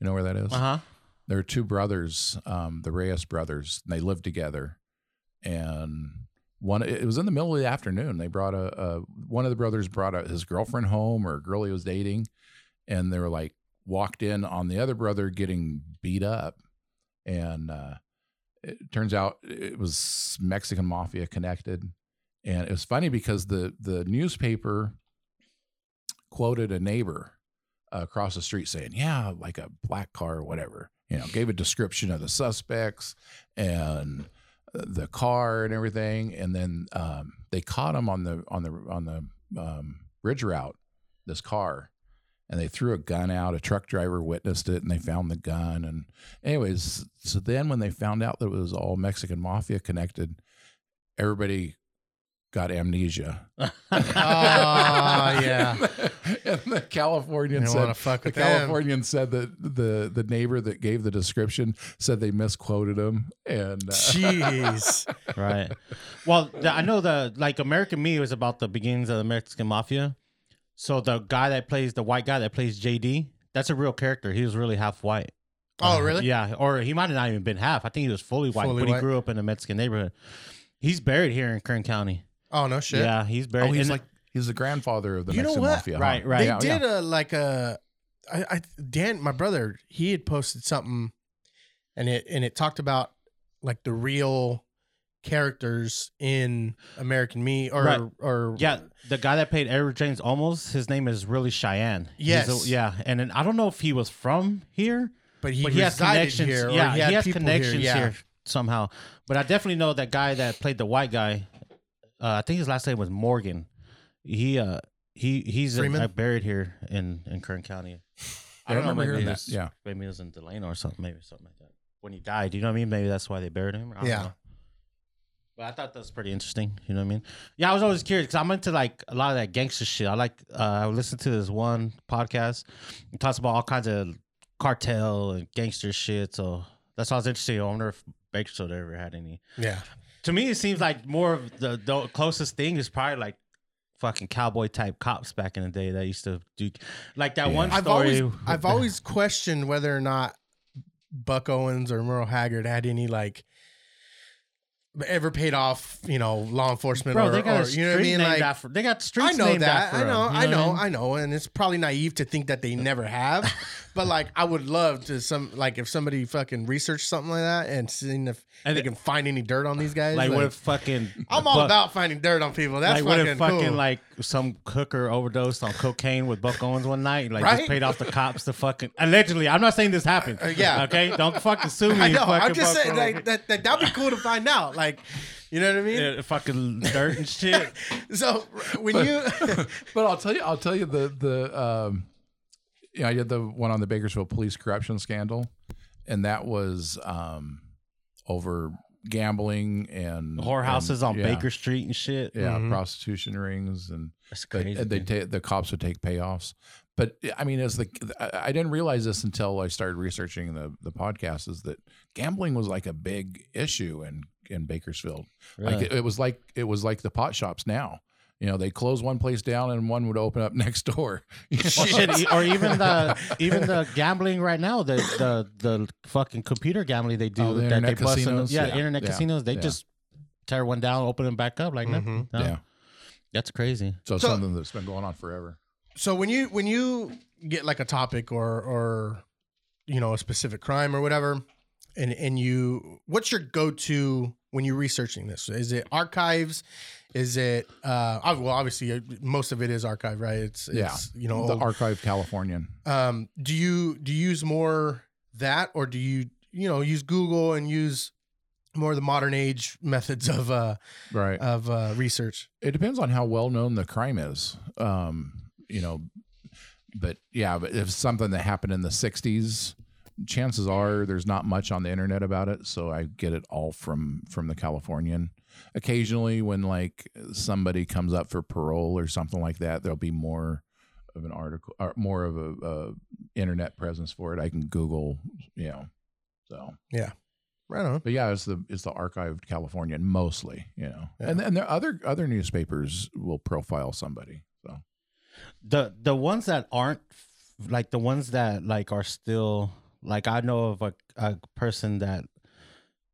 [SPEAKER 3] you know where that is?
[SPEAKER 1] Uh huh.
[SPEAKER 3] There were two brothers, um, the Reyes brothers, and they lived together. And one, it was in the middle of the afternoon. They brought a, a one of the brothers brought a, his girlfriend home or a girl he was dating, and they were like walked in on the other brother getting beat up, and uh, it turns out it was Mexican mafia connected. And it was funny because the the newspaper quoted a neighbor uh, across the street saying, "Yeah, like a black car or whatever." You know, gave a description of the suspects and uh, the car and everything, and then um, they caught him on the on the on the um, bridge route. This car, and they threw a gun out. A truck driver witnessed it, and they found the gun. And anyways, so then when they found out that it was all Mexican mafia connected, everybody got amnesia.
[SPEAKER 1] Uh-huh.
[SPEAKER 2] Ah, yeah.
[SPEAKER 3] and the
[SPEAKER 2] You
[SPEAKER 3] Californian
[SPEAKER 2] don't
[SPEAKER 3] said,
[SPEAKER 2] want to fuck
[SPEAKER 3] the
[SPEAKER 2] with them.
[SPEAKER 3] Californian said that the the neighbor that gave the description said they misquoted him, and uh,
[SPEAKER 2] Jeez.
[SPEAKER 1] right. Well, the, I know the like American Me was about the beginnings of the Mexican Mafia. So the guy that plays the white guy that plays JD, that's a real character. He was really half white.
[SPEAKER 2] Oh,
[SPEAKER 1] Uh,
[SPEAKER 2] really?
[SPEAKER 1] Yeah, or he might have not even been half. I think he was fully white,
[SPEAKER 2] Fully
[SPEAKER 1] but
[SPEAKER 2] white.
[SPEAKER 1] he grew up in a Mexican neighborhood. He's buried here in Kern County.
[SPEAKER 2] Oh, no shit.
[SPEAKER 1] Yeah, he's buried.
[SPEAKER 3] oh, he's
[SPEAKER 1] and-
[SPEAKER 3] like he's the grandfather of the
[SPEAKER 2] You know
[SPEAKER 3] Mexican
[SPEAKER 2] what?
[SPEAKER 3] mafia, huh?
[SPEAKER 1] Right, right.
[SPEAKER 2] They
[SPEAKER 3] Yeah, yeah.
[SPEAKER 2] did a like a I, I Dan, my brother, he had posted something and it and it talked about like the real characters in American Me or
[SPEAKER 1] Right.
[SPEAKER 2] or
[SPEAKER 1] Yeah, the guy that played Edward James Olmos, his name is really Cheyenne. He's
[SPEAKER 2] Yes.
[SPEAKER 1] a- yeah, and then I don't know if he was from here,
[SPEAKER 2] but he,
[SPEAKER 1] but he has
[SPEAKER 2] resided
[SPEAKER 1] connections.
[SPEAKER 2] here. or
[SPEAKER 1] yeah, he, has
[SPEAKER 2] people
[SPEAKER 1] connections here,
[SPEAKER 2] yeah.
[SPEAKER 1] somehow. But I definitely know that guy that played the white guy. Uh, I think his last name was Morgan. He uh he he's uh,
[SPEAKER 2] Freeman?
[SPEAKER 1] buried here in in Kern County.
[SPEAKER 3] I remember hearing
[SPEAKER 1] maybe
[SPEAKER 3] this.
[SPEAKER 1] it was-
[SPEAKER 3] Yeah.
[SPEAKER 1] maybe it was in Delano or something, maybe something like that. When he died, you know what I mean? Maybe that's why they buried him. I don't
[SPEAKER 2] Yeah.
[SPEAKER 1] know. But I thought that was pretty interesting. You know what I mean? Yeah, I was always curious because I'm into like a lot of that gangster shit. I like uh, I listened to this one podcast. It talks about all kinds of cartel and gangster shit. So that's why I was interested. I wonder if Baker Soda ever had any.
[SPEAKER 2] Yeah.
[SPEAKER 1] To me, it seems like more of the, the closest thing is probably like fucking cowboy type cops back in the day that used to do like that
[SPEAKER 3] Yeah.
[SPEAKER 1] one
[SPEAKER 2] I've
[SPEAKER 1] story.
[SPEAKER 2] always I've always questioned whether or not Buck Owens or Merle Haggard had any like ever paid off, you know, law enforcement
[SPEAKER 1] Bro,
[SPEAKER 2] or,
[SPEAKER 1] they got
[SPEAKER 2] or
[SPEAKER 1] a
[SPEAKER 2] you know what I
[SPEAKER 1] street
[SPEAKER 2] mean?
[SPEAKER 1] named
[SPEAKER 2] Like
[SPEAKER 1] after- they got
[SPEAKER 2] I
[SPEAKER 1] streets
[SPEAKER 2] know
[SPEAKER 1] named
[SPEAKER 2] that.
[SPEAKER 1] after
[SPEAKER 2] I know,
[SPEAKER 1] them,
[SPEAKER 2] I
[SPEAKER 1] you
[SPEAKER 2] know,
[SPEAKER 1] what
[SPEAKER 2] I know. And it's probably naive to think that they never have. But like, I would love to some like if somebody fucking researched something like that and seeing if
[SPEAKER 1] And
[SPEAKER 2] they
[SPEAKER 1] it-
[SPEAKER 2] can find any dirt on these guys.
[SPEAKER 1] Like what if fucking
[SPEAKER 2] I'm all
[SPEAKER 1] Buck-
[SPEAKER 2] about finding dirt on people. That's
[SPEAKER 1] like what
[SPEAKER 2] fucking,
[SPEAKER 1] if fucking
[SPEAKER 2] cool.
[SPEAKER 1] like some cooker overdosed on cocaine with Buck Owens one night, and, like
[SPEAKER 2] Right?
[SPEAKER 1] just paid off the cops to fucking allegedly. I'm not saying this happened.
[SPEAKER 2] Uh, yeah.
[SPEAKER 1] Okay. Don't fucking sue me.
[SPEAKER 2] I know. I'm
[SPEAKER 1] fucking
[SPEAKER 2] just
[SPEAKER 1] Buck
[SPEAKER 2] saying
[SPEAKER 1] Owens.
[SPEAKER 2] like, that, that that'd be cool to find out. Like, you know what I mean?
[SPEAKER 1] Yeah, fucking dirt and shit.
[SPEAKER 2] So when you
[SPEAKER 3] but I'll tell you, I'll tell you the the um, you know, I did the one on the Bakersfield police corruption scandal, and that was um over gambling and
[SPEAKER 1] Whorehouses
[SPEAKER 3] and-
[SPEAKER 1] on
[SPEAKER 3] yeah,
[SPEAKER 1] Baker Mm-hmm. Street and shit.
[SPEAKER 3] yeah, prostitution rings, and
[SPEAKER 1] That's
[SPEAKER 3] they,
[SPEAKER 1] crazy.
[SPEAKER 3] and they take the cops would take payoffs. But I mean, as the I I didn't realize this until I started researching the the podcast is that gambling was like a big issue in in Bakersfield. Like it, it was like it was like the pot shops now. You know, they close one place down and one would open up next door. You know?
[SPEAKER 1] Shit, e- or even the even the gambling right now, the the the fucking computer gambling they do
[SPEAKER 3] Oh, the
[SPEAKER 1] that
[SPEAKER 3] internet
[SPEAKER 1] they bust in-
[SPEAKER 3] casinos?
[SPEAKER 1] yeah,
[SPEAKER 3] Yeah,
[SPEAKER 1] internet
[SPEAKER 3] yeah,
[SPEAKER 1] casinos, they
[SPEAKER 3] yeah.
[SPEAKER 1] just tear one down, open them back up like
[SPEAKER 2] Mm-hmm.
[SPEAKER 1] nothing. No,
[SPEAKER 3] Yeah.
[SPEAKER 1] that's crazy.
[SPEAKER 3] So, it's
[SPEAKER 2] So-
[SPEAKER 3] something that's been going on forever.
[SPEAKER 2] so when you when you get like a topic or or you know a specific crime or whatever and and you what's your go-to when you're researching this is it archives is it uh ob- well obviously uh, most of it is archive right it's, it's
[SPEAKER 3] Yeah.
[SPEAKER 2] you know
[SPEAKER 3] the
[SPEAKER 2] old.
[SPEAKER 3] Archive Californian.
[SPEAKER 2] um do you do you use more that or do you you know use google and use more of the modern age methods of uh
[SPEAKER 3] Right.
[SPEAKER 2] of uh research
[SPEAKER 3] it depends on how well known the crime is. Um, you know, but yeah, but if it's something that happened in the 60s, chances are there's not much on the internet about it, so I get it all from from the Californian. Occasionally when like somebody comes up for parole or something like that, there'll be more of an article or more of a, a internet presence for it. I can Google, you know. So
[SPEAKER 2] right on
[SPEAKER 3] but yeah, it's the it's the archived Californian mostly, you know.
[SPEAKER 2] Yeah.
[SPEAKER 3] And and there are other other newspapers will profile somebody. So
[SPEAKER 1] The the ones that aren't like the ones that like are still like I know of a a person that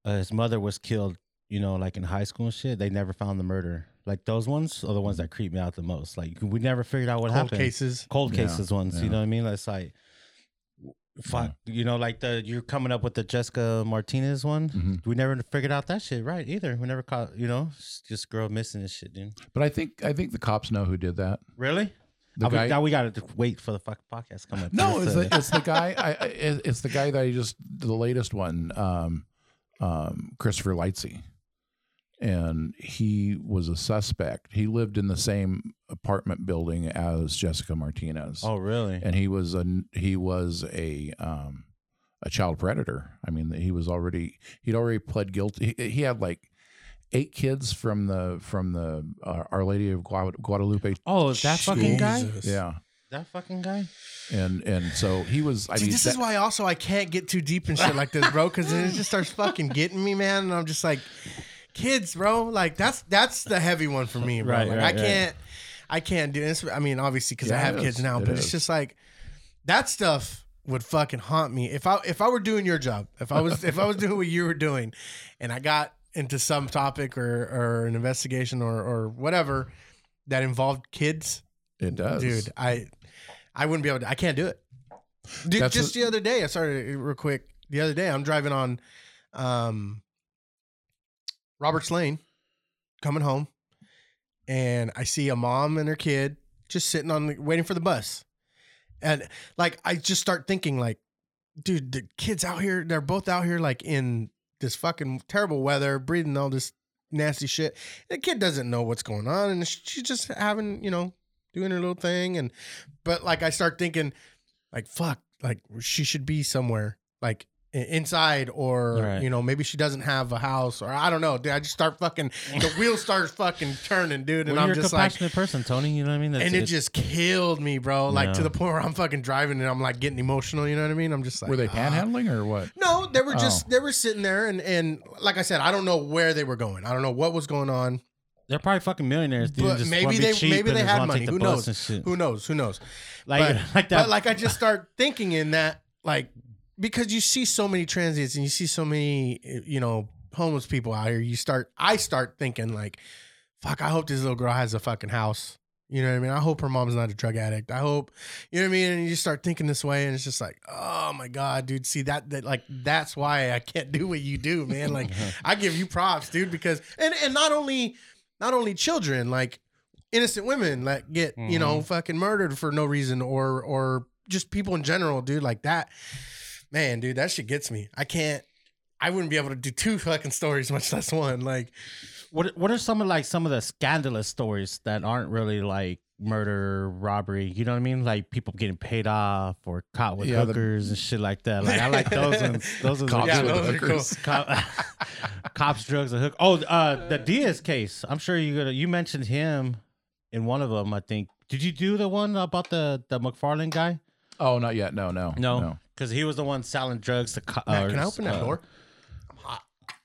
[SPEAKER 1] uh, his mother was killed, you know, like in high school and shit. They never found the murder. Like those ones are the ones that creep me out the most. Like we never figured out what
[SPEAKER 2] cold
[SPEAKER 1] happened.
[SPEAKER 2] cases
[SPEAKER 1] cold
[SPEAKER 3] Yeah,
[SPEAKER 1] cases ones.
[SPEAKER 3] yeah.
[SPEAKER 1] You know what I mean? That's like, fuck. You know, like the you're coming up with the Jessica Martinez one.
[SPEAKER 3] Mhm.
[SPEAKER 1] We never figured out that shit right either. We never caught. You know, s- just girl missing and shit, dude.
[SPEAKER 3] but I think I think the cops know who did that.
[SPEAKER 1] Really?
[SPEAKER 3] The
[SPEAKER 1] I mean,
[SPEAKER 3] guy
[SPEAKER 1] now we gotta d- wait for the fuck podcast coming. up. Just
[SPEAKER 3] No, it's
[SPEAKER 1] to-
[SPEAKER 3] the, it's the guy I, I it- it's the guy that I just the latest one um um Christopher Lightsey. And he was a suspect. He lived in the same apartment building as Jessica Martinez.
[SPEAKER 1] oh really?
[SPEAKER 3] and he was a he was a um a child predator. I mean, he was already he'd already pled guilty. He, he had like eight kids from the from the uh, Our Lady of Gua- Guadalupe.
[SPEAKER 1] Oh, is that fucking guy?
[SPEAKER 2] Jesus.
[SPEAKER 3] Yeah,
[SPEAKER 1] That fucking guy?
[SPEAKER 3] and and so he was. I
[SPEAKER 2] See,
[SPEAKER 3] mean,
[SPEAKER 2] this is
[SPEAKER 3] that-
[SPEAKER 2] why also I can't get too deep in shit like this, bro, because it just starts fucking getting me, man. And I'm just like, kids, bro. Like that's that's the heavy one for me, bro.
[SPEAKER 1] Right,
[SPEAKER 2] like
[SPEAKER 1] right,
[SPEAKER 2] I
[SPEAKER 1] right.
[SPEAKER 2] can't, I can't do this. I mean, obviously, because I
[SPEAKER 3] Yeah, it
[SPEAKER 2] have
[SPEAKER 3] is.
[SPEAKER 2] kids now,
[SPEAKER 3] It
[SPEAKER 2] but it's
[SPEAKER 3] is.
[SPEAKER 2] just like that stuff would fucking haunt me if I if I were doing your job, if I was if I was doing what you were doing, and I got into some topic or or an investigation or or whatever that involved kids
[SPEAKER 3] it does,
[SPEAKER 2] dude i i wouldn't be able to i can't do it dude
[SPEAKER 3] That's
[SPEAKER 2] just
[SPEAKER 3] a-
[SPEAKER 2] the other day i started real quick the other day i'm driving on um robert's lane coming home and i see a mom and her kid just sitting on the, waiting for the bus and like i just start thinking like dude the kids out here they're both out here like in this fucking terrible weather breathing all this nasty shit the kid doesn't know what's going on and she's just having you know doing her little thing and but like i start thinking like fuck like she should be somewhere like i- inside or
[SPEAKER 1] Right.
[SPEAKER 2] you know maybe she doesn't have a house or i don't know dude i just start fucking the wheel starts fucking turning dude and
[SPEAKER 1] Well,
[SPEAKER 2] i'm
[SPEAKER 1] you're a
[SPEAKER 2] just like
[SPEAKER 1] compassionate person, Tony. You know what I mean? That's-
[SPEAKER 2] and it
[SPEAKER 1] it's-
[SPEAKER 2] just killed me, bro. Like to
[SPEAKER 1] Yeah.
[SPEAKER 2] the point where I'm fucking driving and I'm like getting emotional. You know what I mean? I'm just like,
[SPEAKER 3] Were they
[SPEAKER 2] ah.
[SPEAKER 3] panhandling or what?
[SPEAKER 2] No, they were
[SPEAKER 3] Oh.
[SPEAKER 2] just they were sitting there and and like I said, I don't know where they were going. I don't know what was going on.
[SPEAKER 1] they're probably fucking millionaires. Dude,
[SPEAKER 2] But
[SPEAKER 1] just
[SPEAKER 2] maybe
[SPEAKER 1] wanna be
[SPEAKER 2] they-
[SPEAKER 1] cheap
[SPEAKER 2] maybe
[SPEAKER 1] and
[SPEAKER 2] they
[SPEAKER 1] just
[SPEAKER 2] had
[SPEAKER 1] wanna
[SPEAKER 2] money.
[SPEAKER 1] take the
[SPEAKER 2] Who
[SPEAKER 1] bus
[SPEAKER 2] knows?
[SPEAKER 1] and shit.
[SPEAKER 2] Who knows? Who knows?
[SPEAKER 1] Like
[SPEAKER 2] but,
[SPEAKER 1] like
[SPEAKER 2] but
[SPEAKER 1] that.
[SPEAKER 2] like I just start thinking in that like because you see so many transients and you see so many you know homeless people out here, you start I start thinking like, fuck, I hope this little girl has a fucking house. You know what I mean? I hope her mom's not a drug addict. I hope, you know what I mean? And you start thinking this way, and it's just like, oh my God, dude. See that that like that's why I can't do what you do, man. Like I give you props, dude, because and and not only not only children, like innocent women like get, you
[SPEAKER 3] Mm-hmm.
[SPEAKER 2] know, fucking murdered for no reason or or just people in general, dude, like that. Man, dude, that shit gets me. I can't I wouldn't be able to do two fucking stories, much less one. Like
[SPEAKER 1] What What are some of like some of the scandalous stories that aren't really like murder, robbery? You know what I mean? Like people getting paid off or caught with
[SPEAKER 3] Yeah, the-
[SPEAKER 1] hookers and shit like that. Like I like those ones. Those ones.
[SPEAKER 3] Cops
[SPEAKER 1] are
[SPEAKER 2] Yeah,
[SPEAKER 1] good.
[SPEAKER 3] with
[SPEAKER 2] those are cool.
[SPEAKER 3] hookers.
[SPEAKER 1] Cop, cops, drugs, and hook. Oh, uh, the Diaz case. I'm sure you gonna you mentioned him in one of them. I think. Did you do the one about the the McFarland guy?
[SPEAKER 3] Oh, not yet. No, no,
[SPEAKER 1] because he was the one selling drugs to. Co-
[SPEAKER 2] Matt,
[SPEAKER 1] or,
[SPEAKER 2] can I open that
[SPEAKER 1] uh,
[SPEAKER 2] door?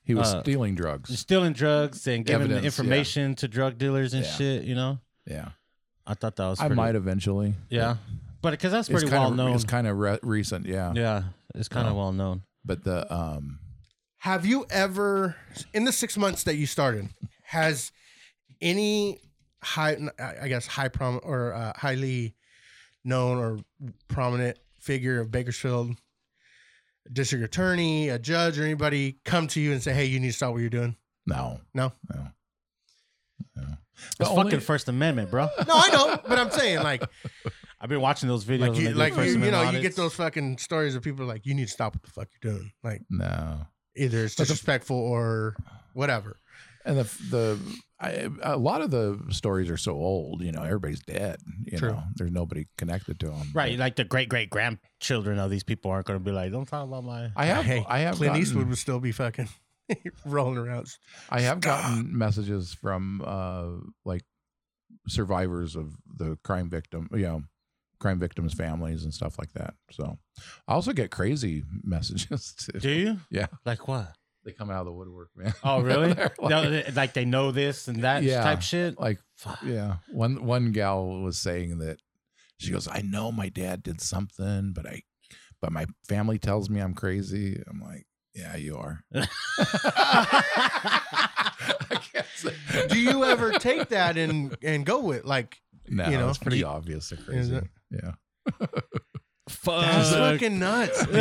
[SPEAKER 3] He was
[SPEAKER 1] Uh,
[SPEAKER 3] stealing drugs.
[SPEAKER 1] Stealing drugs and giving
[SPEAKER 3] Evidence, yeah.
[SPEAKER 1] information to drug dealers and
[SPEAKER 3] Yeah.
[SPEAKER 1] shit. You know,
[SPEAKER 3] Yeah,
[SPEAKER 1] I thought that was.
[SPEAKER 3] I
[SPEAKER 1] pretty-
[SPEAKER 3] might eventually.
[SPEAKER 1] Yeah, but because that's
[SPEAKER 3] It's
[SPEAKER 1] pretty
[SPEAKER 3] kinda-
[SPEAKER 1] well known.
[SPEAKER 3] It's kind of re- recent. Yeah.
[SPEAKER 1] yeah, it's kind of well known.
[SPEAKER 3] but the um,
[SPEAKER 2] Have you ever, in the six months that you started, has any high, I guess, high prom or uh, highly known or prominent figure of Bakersfield, district attorney, a judge, or anybody come to you and say, "Hey, you need to stop what you're doing"?
[SPEAKER 3] no,
[SPEAKER 2] No?
[SPEAKER 3] no. no. The
[SPEAKER 1] It's
[SPEAKER 3] only-
[SPEAKER 1] fucking First Amendment, bro.
[SPEAKER 2] No, I know, but I'm saying like,
[SPEAKER 1] I've been watching those videos.
[SPEAKER 2] like
[SPEAKER 1] when they
[SPEAKER 2] you,
[SPEAKER 1] do
[SPEAKER 2] like you,
[SPEAKER 1] First
[SPEAKER 2] you know,
[SPEAKER 1] Amendment
[SPEAKER 2] you get
[SPEAKER 1] audits.
[SPEAKER 2] those fucking stories of people like, "You need to stop what the fuck you're doing." Like
[SPEAKER 3] no.
[SPEAKER 2] either it's
[SPEAKER 3] But the-
[SPEAKER 2] disrespectful or whatever.
[SPEAKER 3] And the the I, a lot of the stories are so old. You know, everybody's dead. You
[SPEAKER 2] True.
[SPEAKER 3] know, there's nobody connected to them.
[SPEAKER 1] Right, like the great great grandchildren of these people aren't going to be like, don't talk about my.
[SPEAKER 3] I have.
[SPEAKER 2] Hey,
[SPEAKER 3] I have.
[SPEAKER 2] Clint
[SPEAKER 3] gotten-
[SPEAKER 2] Eastwood would still be fucking rolling around.
[SPEAKER 3] I have gotten messages from uh like survivors of the crime victim, you know, crime victims' families and stuff like that. So I also get crazy messages too.
[SPEAKER 1] Do you?
[SPEAKER 3] Yeah.
[SPEAKER 1] Like what?
[SPEAKER 3] They come out of the woodwork, man.
[SPEAKER 1] Oh, really?
[SPEAKER 3] They're like,
[SPEAKER 1] No, they- like they know this and that
[SPEAKER 3] Yeah.
[SPEAKER 1] type shit.
[SPEAKER 3] like,
[SPEAKER 1] Fuck.
[SPEAKER 3] yeah. One one gal was saying that she goes, I know my dad did something, but I but my family tells me I'm crazy. I'm like, Yeah, you are. I can't say.
[SPEAKER 2] do you ever take that and and go with like
[SPEAKER 3] No,
[SPEAKER 2] You know,
[SPEAKER 3] it's pretty
[SPEAKER 2] you-
[SPEAKER 3] obvious. They're crazy.
[SPEAKER 2] it?
[SPEAKER 3] Yeah.
[SPEAKER 2] that's
[SPEAKER 1] Fuck.
[SPEAKER 2] fucking nuts, dude.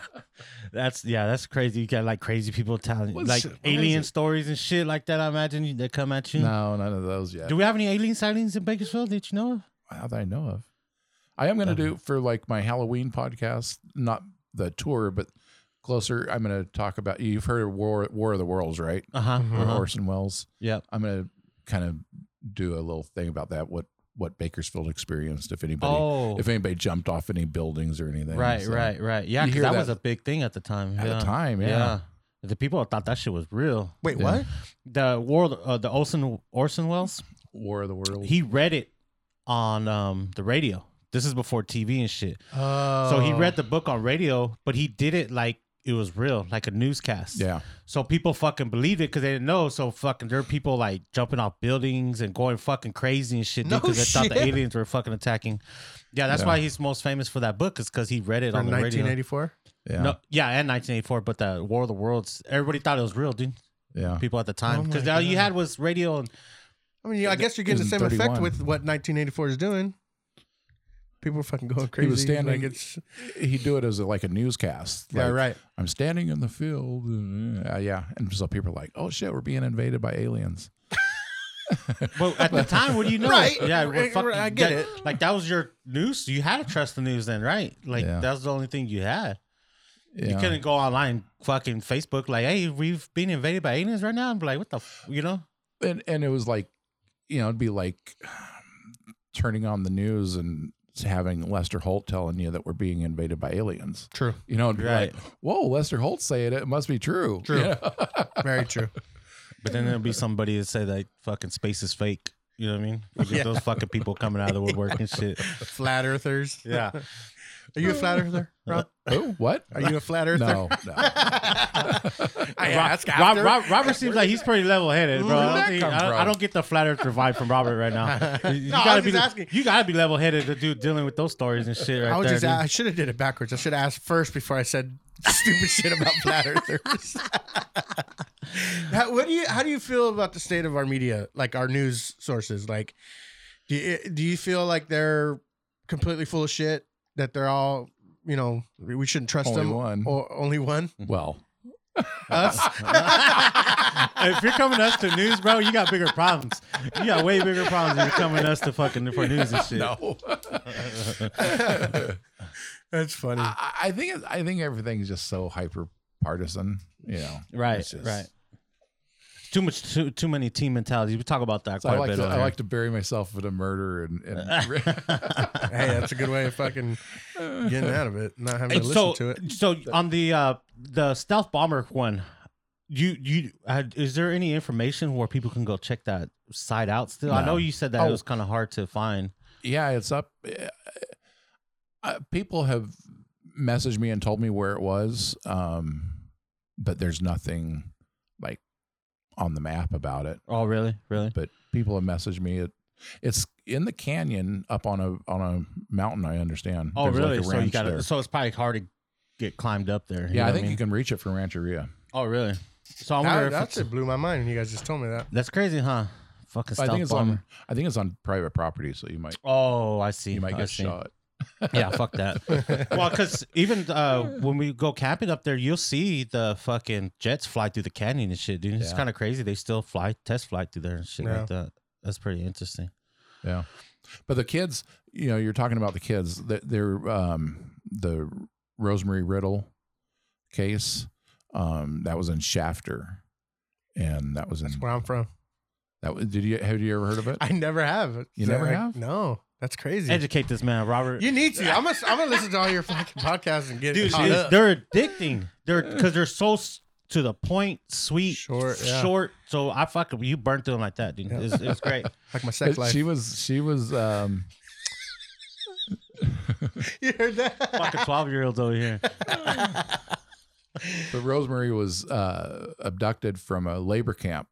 [SPEAKER 1] that's yeah, that's crazy. You got like crazy people telling
[SPEAKER 3] What's
[SPEAKER 1] like
[SPEAKER 3] it- what is
[SPEAKER 1] alien
[SPEAKER 3] it?
[SPEAKER 1] stories and shit like that. I imagine you- they come at you.
[SPEAKER 3] No, none of those yet.
[SPEAKER 1] Do we have any alien sightings in Bakersfield? Did you know? of?
[SPEAKER 3] Wow, that I know of. I am going to do for like my Halloween podcast, not the tour, but closer. I'm going to talk about. You've heard of War War of the Worlds, right?
[SPEAKER 1] Uh-huh.
[SPEAKER 3] Or
[SPEAKER 1] uh-huh.
[SPEAKER 3] Orson Welles.
[SPEAKER 1] Yep.
[SPEAKER 3] I'm going to kind of do a little thing about that. What what Bakersfield experienced, if anybody,
[SPEAKER 1] Oh,
[SPEAKER 3] if anybody jumped off any buildings or anything.
[SPEAKER 1] right,
[SPEAKER 3] So,
[SPEAKER 1] right, right. Yeah,
[SPEAKER 3] You
[SPEAKER 1] because
[SPEAKER 3] hear
[SPEAKER 1] that,
[SPEAKER 3] that
[SPEAKER 1] was a big thing at the time.
[SPEAKER 3] At
[SPEAKER 1] yeah.
[SPEAKER 3] the time, yeah.
[SPEAKER 1] The people thought that shit was real.
[SPEAKER 2] Wait,
[SPEAKER 3] Yeah.
[SPEAKER 2] what?
[SPEAKER 1] The world, uh, the Orson Orson Welles,
[SPEAKER 3] War of the Worlds.
[SPEAKER 1] he read it on um, the radio. This is before TV and shit.
[SPEAKER 2] Oh,
[SPEAKER 1] So he read the book on radio, but he did it like it was real, like a newscast.
[SPEAKER 3] yeah.
[SPEAKER 1] So people fucking believed it because they didn't know. So fucking there were people like jumping off buildings and going fucking crazy and shit
[SPEAKER 2] No
[SPEAKER 1] because they thought the
[SPEAKER 2] shit.
[SPEAKER 1] aliens were fucking attacking. Yeah, that's
[SPEAKER 3] Yeah.
[SPEAKER 1] why he's most famous for that book is because he read it on
[SPEAKER 2] from
[SPEAKER 1] the radio.
[SPEAKER 2] 1984.
[SPEAKER 3] Yeah.
[SPEAKER 1] No, yeah, and 1984, but the War of the Worlds, everybody thought it was real, dude.
[SPEAKER 3] yeah.
[SPEAKER 1] People at the time,
[SPEAKER 2] Oh my
[SPEAKER 1] because all you
[SPEAKER 2] God.
[SPEAKER 1] had was radio and
[SPEAKER 2] I mean, I guess you're getting the
[SPEAKER 3] Isn't
[SPEAKER 2] same effect
[SPEAKER 3] 31.
[SPEAKER 2] with what 1984 is doing. People are fucking going crazy.
[SPEAKER 3] He was
[SPEAKER 2] Like
[SPEAKER 3] standing.
[SPEAKER 2] it's,
[SPEAKER 3] He'd do it as a, like a newscast.
[SPEAKER 2] yeah,
[SPEAKER 3] like,
[SPEAKER 2] right.
[SPEAKER 3] I'm standing in the field. Uh, yeah. And so people are like, oh shit, we're being invaded by aliens.
[SPEAKER 1] But at the time, what do you know?
[SPEAKER 2] Right.
[SPEAKER 1] Yeah,
[SPEAKER 2] Right,
[SPEAKER 1] well, fuck,
[SPEAKER 2] right, I get
[SPEAKER 1] that-
[SPEAKER 2] it.
[SPEAKER 1] Like that was your news. You had to trust the news then, right? Like
[SPEAKER 3] Yeah.
[SPEAKER 1] that was the only thing you had. You
[SPEAKER 3] Yeah.
[SPEAKER 1] couldn't go online, fucking Facebook, like, hey, we've been invaded by aliens right now. I'm like, what the, f-? you know?
[SPEAKER 3] And, and it was like, you know, it'd be like turning on the news and having Lester Holt telling you that we're being invaded by aliens.
[SPEAKER 2] True.
[SPEAKER 3] You know, it'd be like, whoa, Lester Holt saying it. It must be true.
[SPEAKER 2] True.
[SPEAKER 3] You know?
[SPEAKER 2] Very true.
[SPEAKER 1] But then there'll be somebody that say that fucking space is fake. You know what I mean? Forget
[SPEAKER 2] Yeah.
[SPEAKER 1] Those fucking people coming out of the woodwork and shit.
[SPEAKER 2] Flat earthers.
[SPEAKER 1] Yeah.
[SPEAKER 2] Are you a flat earther? Rob?
[SPEAKER 3] Who? What?
[SPEAKER 2] Are you a flat earther?
[SPEAKER 3] no, no.
[SPEAKER 2] I
[SPEAKER 1] Rob-
[SPEAKER 2] ask
[SPEAKER 1] Rob-
[SPEAKER 2] after.
[SPEAKER 1] Rob- Robert seems like he's pretty level headed, bro.
[SPEAKER 2] Where
[SPEAKER 1] I
[SPEAKER 2] did
[SPEAKER 1] don't,
[SPEAKER 3] that
[SPEAKER 1] think-
[SPEAKER 3] come
[SPEAKER 1] I don't- I
[SPEAKER 3] from?
[SPEAKER 1] don't get the flat earth vibe from Robert right now. You, you
[SPEAKER 2] No, I was
[SPEAKER 1] gotta
[SPEAKER 2] just
[SPEAKER 1] be,
[SPEAKER 2] asking.
[SPEAKER 1] You gotta be level headed to do dealing with those stories and shit. Right
[SPEAKER 2] I was
[SPEAKER 1] there,
[SPEAKER 2] just.
[SPEAKER 1] dude.
[SPEAKER 2] I should have did it backwards. I should have asked first before I said stupid shit about flat earthers. how, what do you? How do you feel about the state of our media, like our news sources? Like, Do you, do you feel like they're completely full of shit? That they're all, you know, we shouldn't trust Oh.
[SPEAKER 3] Only
[SPEAKER 2] them?
[SPEAKER 3] one.
[SPEAKER 2] Or only one?
[SPEAKER 3] Well,
[SPEAKER 2] Us?
[SPEAKER 1] if you're coming to us to news, bro, you got bigger problems. You got way bigger problems than you're coming to us to fucking for news and shit.
[SPEAKER 3] no.
[SPEAKER 2] That's funny.
[SPEAKER 3] I, I think it, I think everything's just so hyper partisan. You know,
[SPEAKER 1] Right,
[SPEAKER 3] It's just-
[SPEAKER 1] right. Too much, too, too many team mentalities. We talk about that
[SPEAKER 3] So
[SPEAKER 1] quite
[SPEAKER 3] I
[SPEAKER 1] a
[SPEAKER 3] like
[SPEAKER 1] bit.
[SPEAKER 3] to,
[SPEAKER 1] on
[SPEAKER 3] I
[SPEAKER 1] here.
[SPEAKER 3] like to bury myself in a murder and, and
[SPEAKER 2] hey, that's a good way of fucking getting out of it, not having
[SPEAKER 1] And
[SPEAKER 2] to
[SPEAKER 1] so,
[SPEAKER 2] listen to it.
[SPEAKER 1] so on the uh, the stealth bomber one, you you uh, is there any information where people can go check that site out? Still, I
[SPEAKER 3] No.
[SPEAKER 1] know you said that
[SPEAKER 3] Oh.
[SPEAKER 1] it was kind of hard to find.
[SPEAKER 3] yeah, it's up. Uh, people have messaged me and told me where it was, um, but there's nothing like on the map about it.
[SPEAKER 1] Oh, really? Really?
[SPEAKER 3] But people have messaged me. It, it's in the canyon up on a on a mountain. I understand.
[SPEAKER 1] Oh,
[SPEAKER 3] There's like
[SPEAKER 1] really?
[SPEAKER 3] a
[SPEAKER 1] so you
[SPEAKER 3] ranch
[SPEAKER 1] got
[SPEAKER 3] there.
[SPEAKER 1] to So it's probably hard to get climbed up there. you know
[SPEAKER 3] Yeah, I
[SPEAKER 1] what
[SPEAKER 3] think
[SPEAKER 1] mean?
[SPEAKER 3] you can reach it from Rancheria.
[SPEAKER 1] Oh, really? So I wonder
[SPEAKER 2] That,
[SPEAKER 1] if
[SPEAKER 2] that's
[SPEAKER 1] that's,
[SPEAKER 2] it. Blew my mind when you guys just told me that.
[SPEAKER 1] that's crazy, huh? Fucking
[SPEAKER 3] But I
[SPEAKER 1] stealth
[SPEAKER 3] think it's
[SPEAKER 1] bomber.
[SPEAKER 3] on. I think it's on private property, so you might
[SPEAKER 1] Oh, I see.
[SPEAKER 3] you might
[SPEAKER 1] I
[SPEAKER 3] get
[SPEAKER 1] see.
[SPEAKER 3] shot.
[SPEAKER 1] Yeah, fuck that. well, because even uh, when we go camping up there, you'll see the fucking jets fly through the canyon and shit, dude. It's
[SPEAKER 3] Yeah.
[SPEAKER 1] kind of crazy. They still fly test flight through there and shit
[SPEAKER 2] Yeah.
[SPEAKER 1] like that. That's pretty interesting.
[SPEAKER 3] Yeah, but the kids, you know, you're talking about the kids. Th- They're um, the Rosemary Riddle case. Um, that was in Shafter, and that was in
[SPEAKER 2] That's where I'm from.
[SPEAKER 3] that. Was, did you have you ever heard of it?
[SPEAKER 2] I never have.
[SPEAKER 3] You never
[SPEAKER 2] Like,
[SPEAKER 3] have?
[SPEAKER 2] No, that's crazy.
[SPEAKER 1] Educate this man, Robert.
[SPEAKER 2] You need to. I'm gonna. I'm gonna listen to all your fucking podcasts and get
[SPEAKER 1] dude,
[SPEAKER 2] caught
[SPEAKER 1] it's-
[SPEAKER 2] up.
[SPEAKER 1] they're addicting. They're because they're so s- to the point, sweet,
[SPEAKER 2] Short,
[SPEAKER 1] short,
[SPEAKER 2] yeah.
[SPEAKER 1] short. So I fucking you burn through them like that, dude.
[SPEAKER 2] Yeah.
[SPEAKER 1] It's, it's great.
[SPEAKER 2] Like my sex
[SPEAKER 3] But
[SPEAKER 2] life.
[SPEAKER 3] She was she was um,
[SPEAKER 2] you heard that?
[SPEAKER 1] fucking twelve year olds over here.
[SPEAKER 3] but Rosemary was uh, abducted from a labor camp.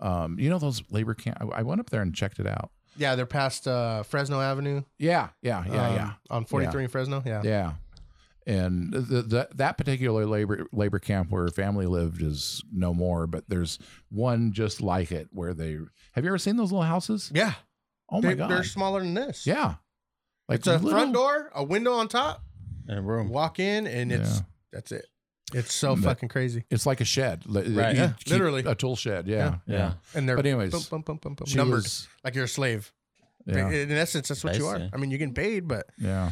[SPEAKER 3] Um, you know those labor camp. I, I went up there and checked it out.
[SPEAKER 2] Yeah, they're past uh, Fresno Avenue.
[SPEAKER 3] Yeah, yeah, yeah,
[SPEAKER 2] um,
[SPEAKER 3] yeah.
[SPEAKER 2] On 43 in Fresno. Yeah.
[SPEAKER 3] Yeah. And th th th- that particular labor labor camp where her family lived is no more, but there's one just like it where they have you ever seen those little houses?
[SPEAKER 2] Yeah.
[SPEAKER 3] Oh
[SPEAKER 2] they,
[SPEAKER 3] my god!
[SPEAKER 2] They're smaller than this.
[SPEAKER 3] Yeah, like
[SPEAKER 2] It's a
[SPEAKER 3] little-
[SPEAKER 2] front door, a window on top.
[SPEAKER 1] In a room.
[SPEAKER 2] Walk in, and it's that's it. It's so
[SPEAKER 3] But-
[SPEAKER 2] fucking crazy.
[SPEAKER 3] It's like a shed, Li-
[SPEAKER 1] Right,
[SPEAKER 3] you
[SPEAKER 2] yeah,
[SPEAKER 3] keep
[SPEAKER 2] literally.
[SPEAKER 3] a tool shed. Yeah,
[SPEAKER 2] Yeah.
[SPEAKER 1] Yeah.
[SPEAKER 2] And they're
[SPEAKER 3] But anyways,
[SPEAKER 2] bum, bum, bum, bum, bum,
[SPEAKER 3] she
[SPEAKER 2] numbered
[SPEAKER 3] was-
[SPEAKER 2] like you're a slave.
[SPEAKER 3] yeah,
[SPEAKER 2] In essence, that's what you are.
[SPEAKER 1] Basically.
[SPEAKER 2] I mean, you're getting paid, but
[SPEAKER 3] yeah.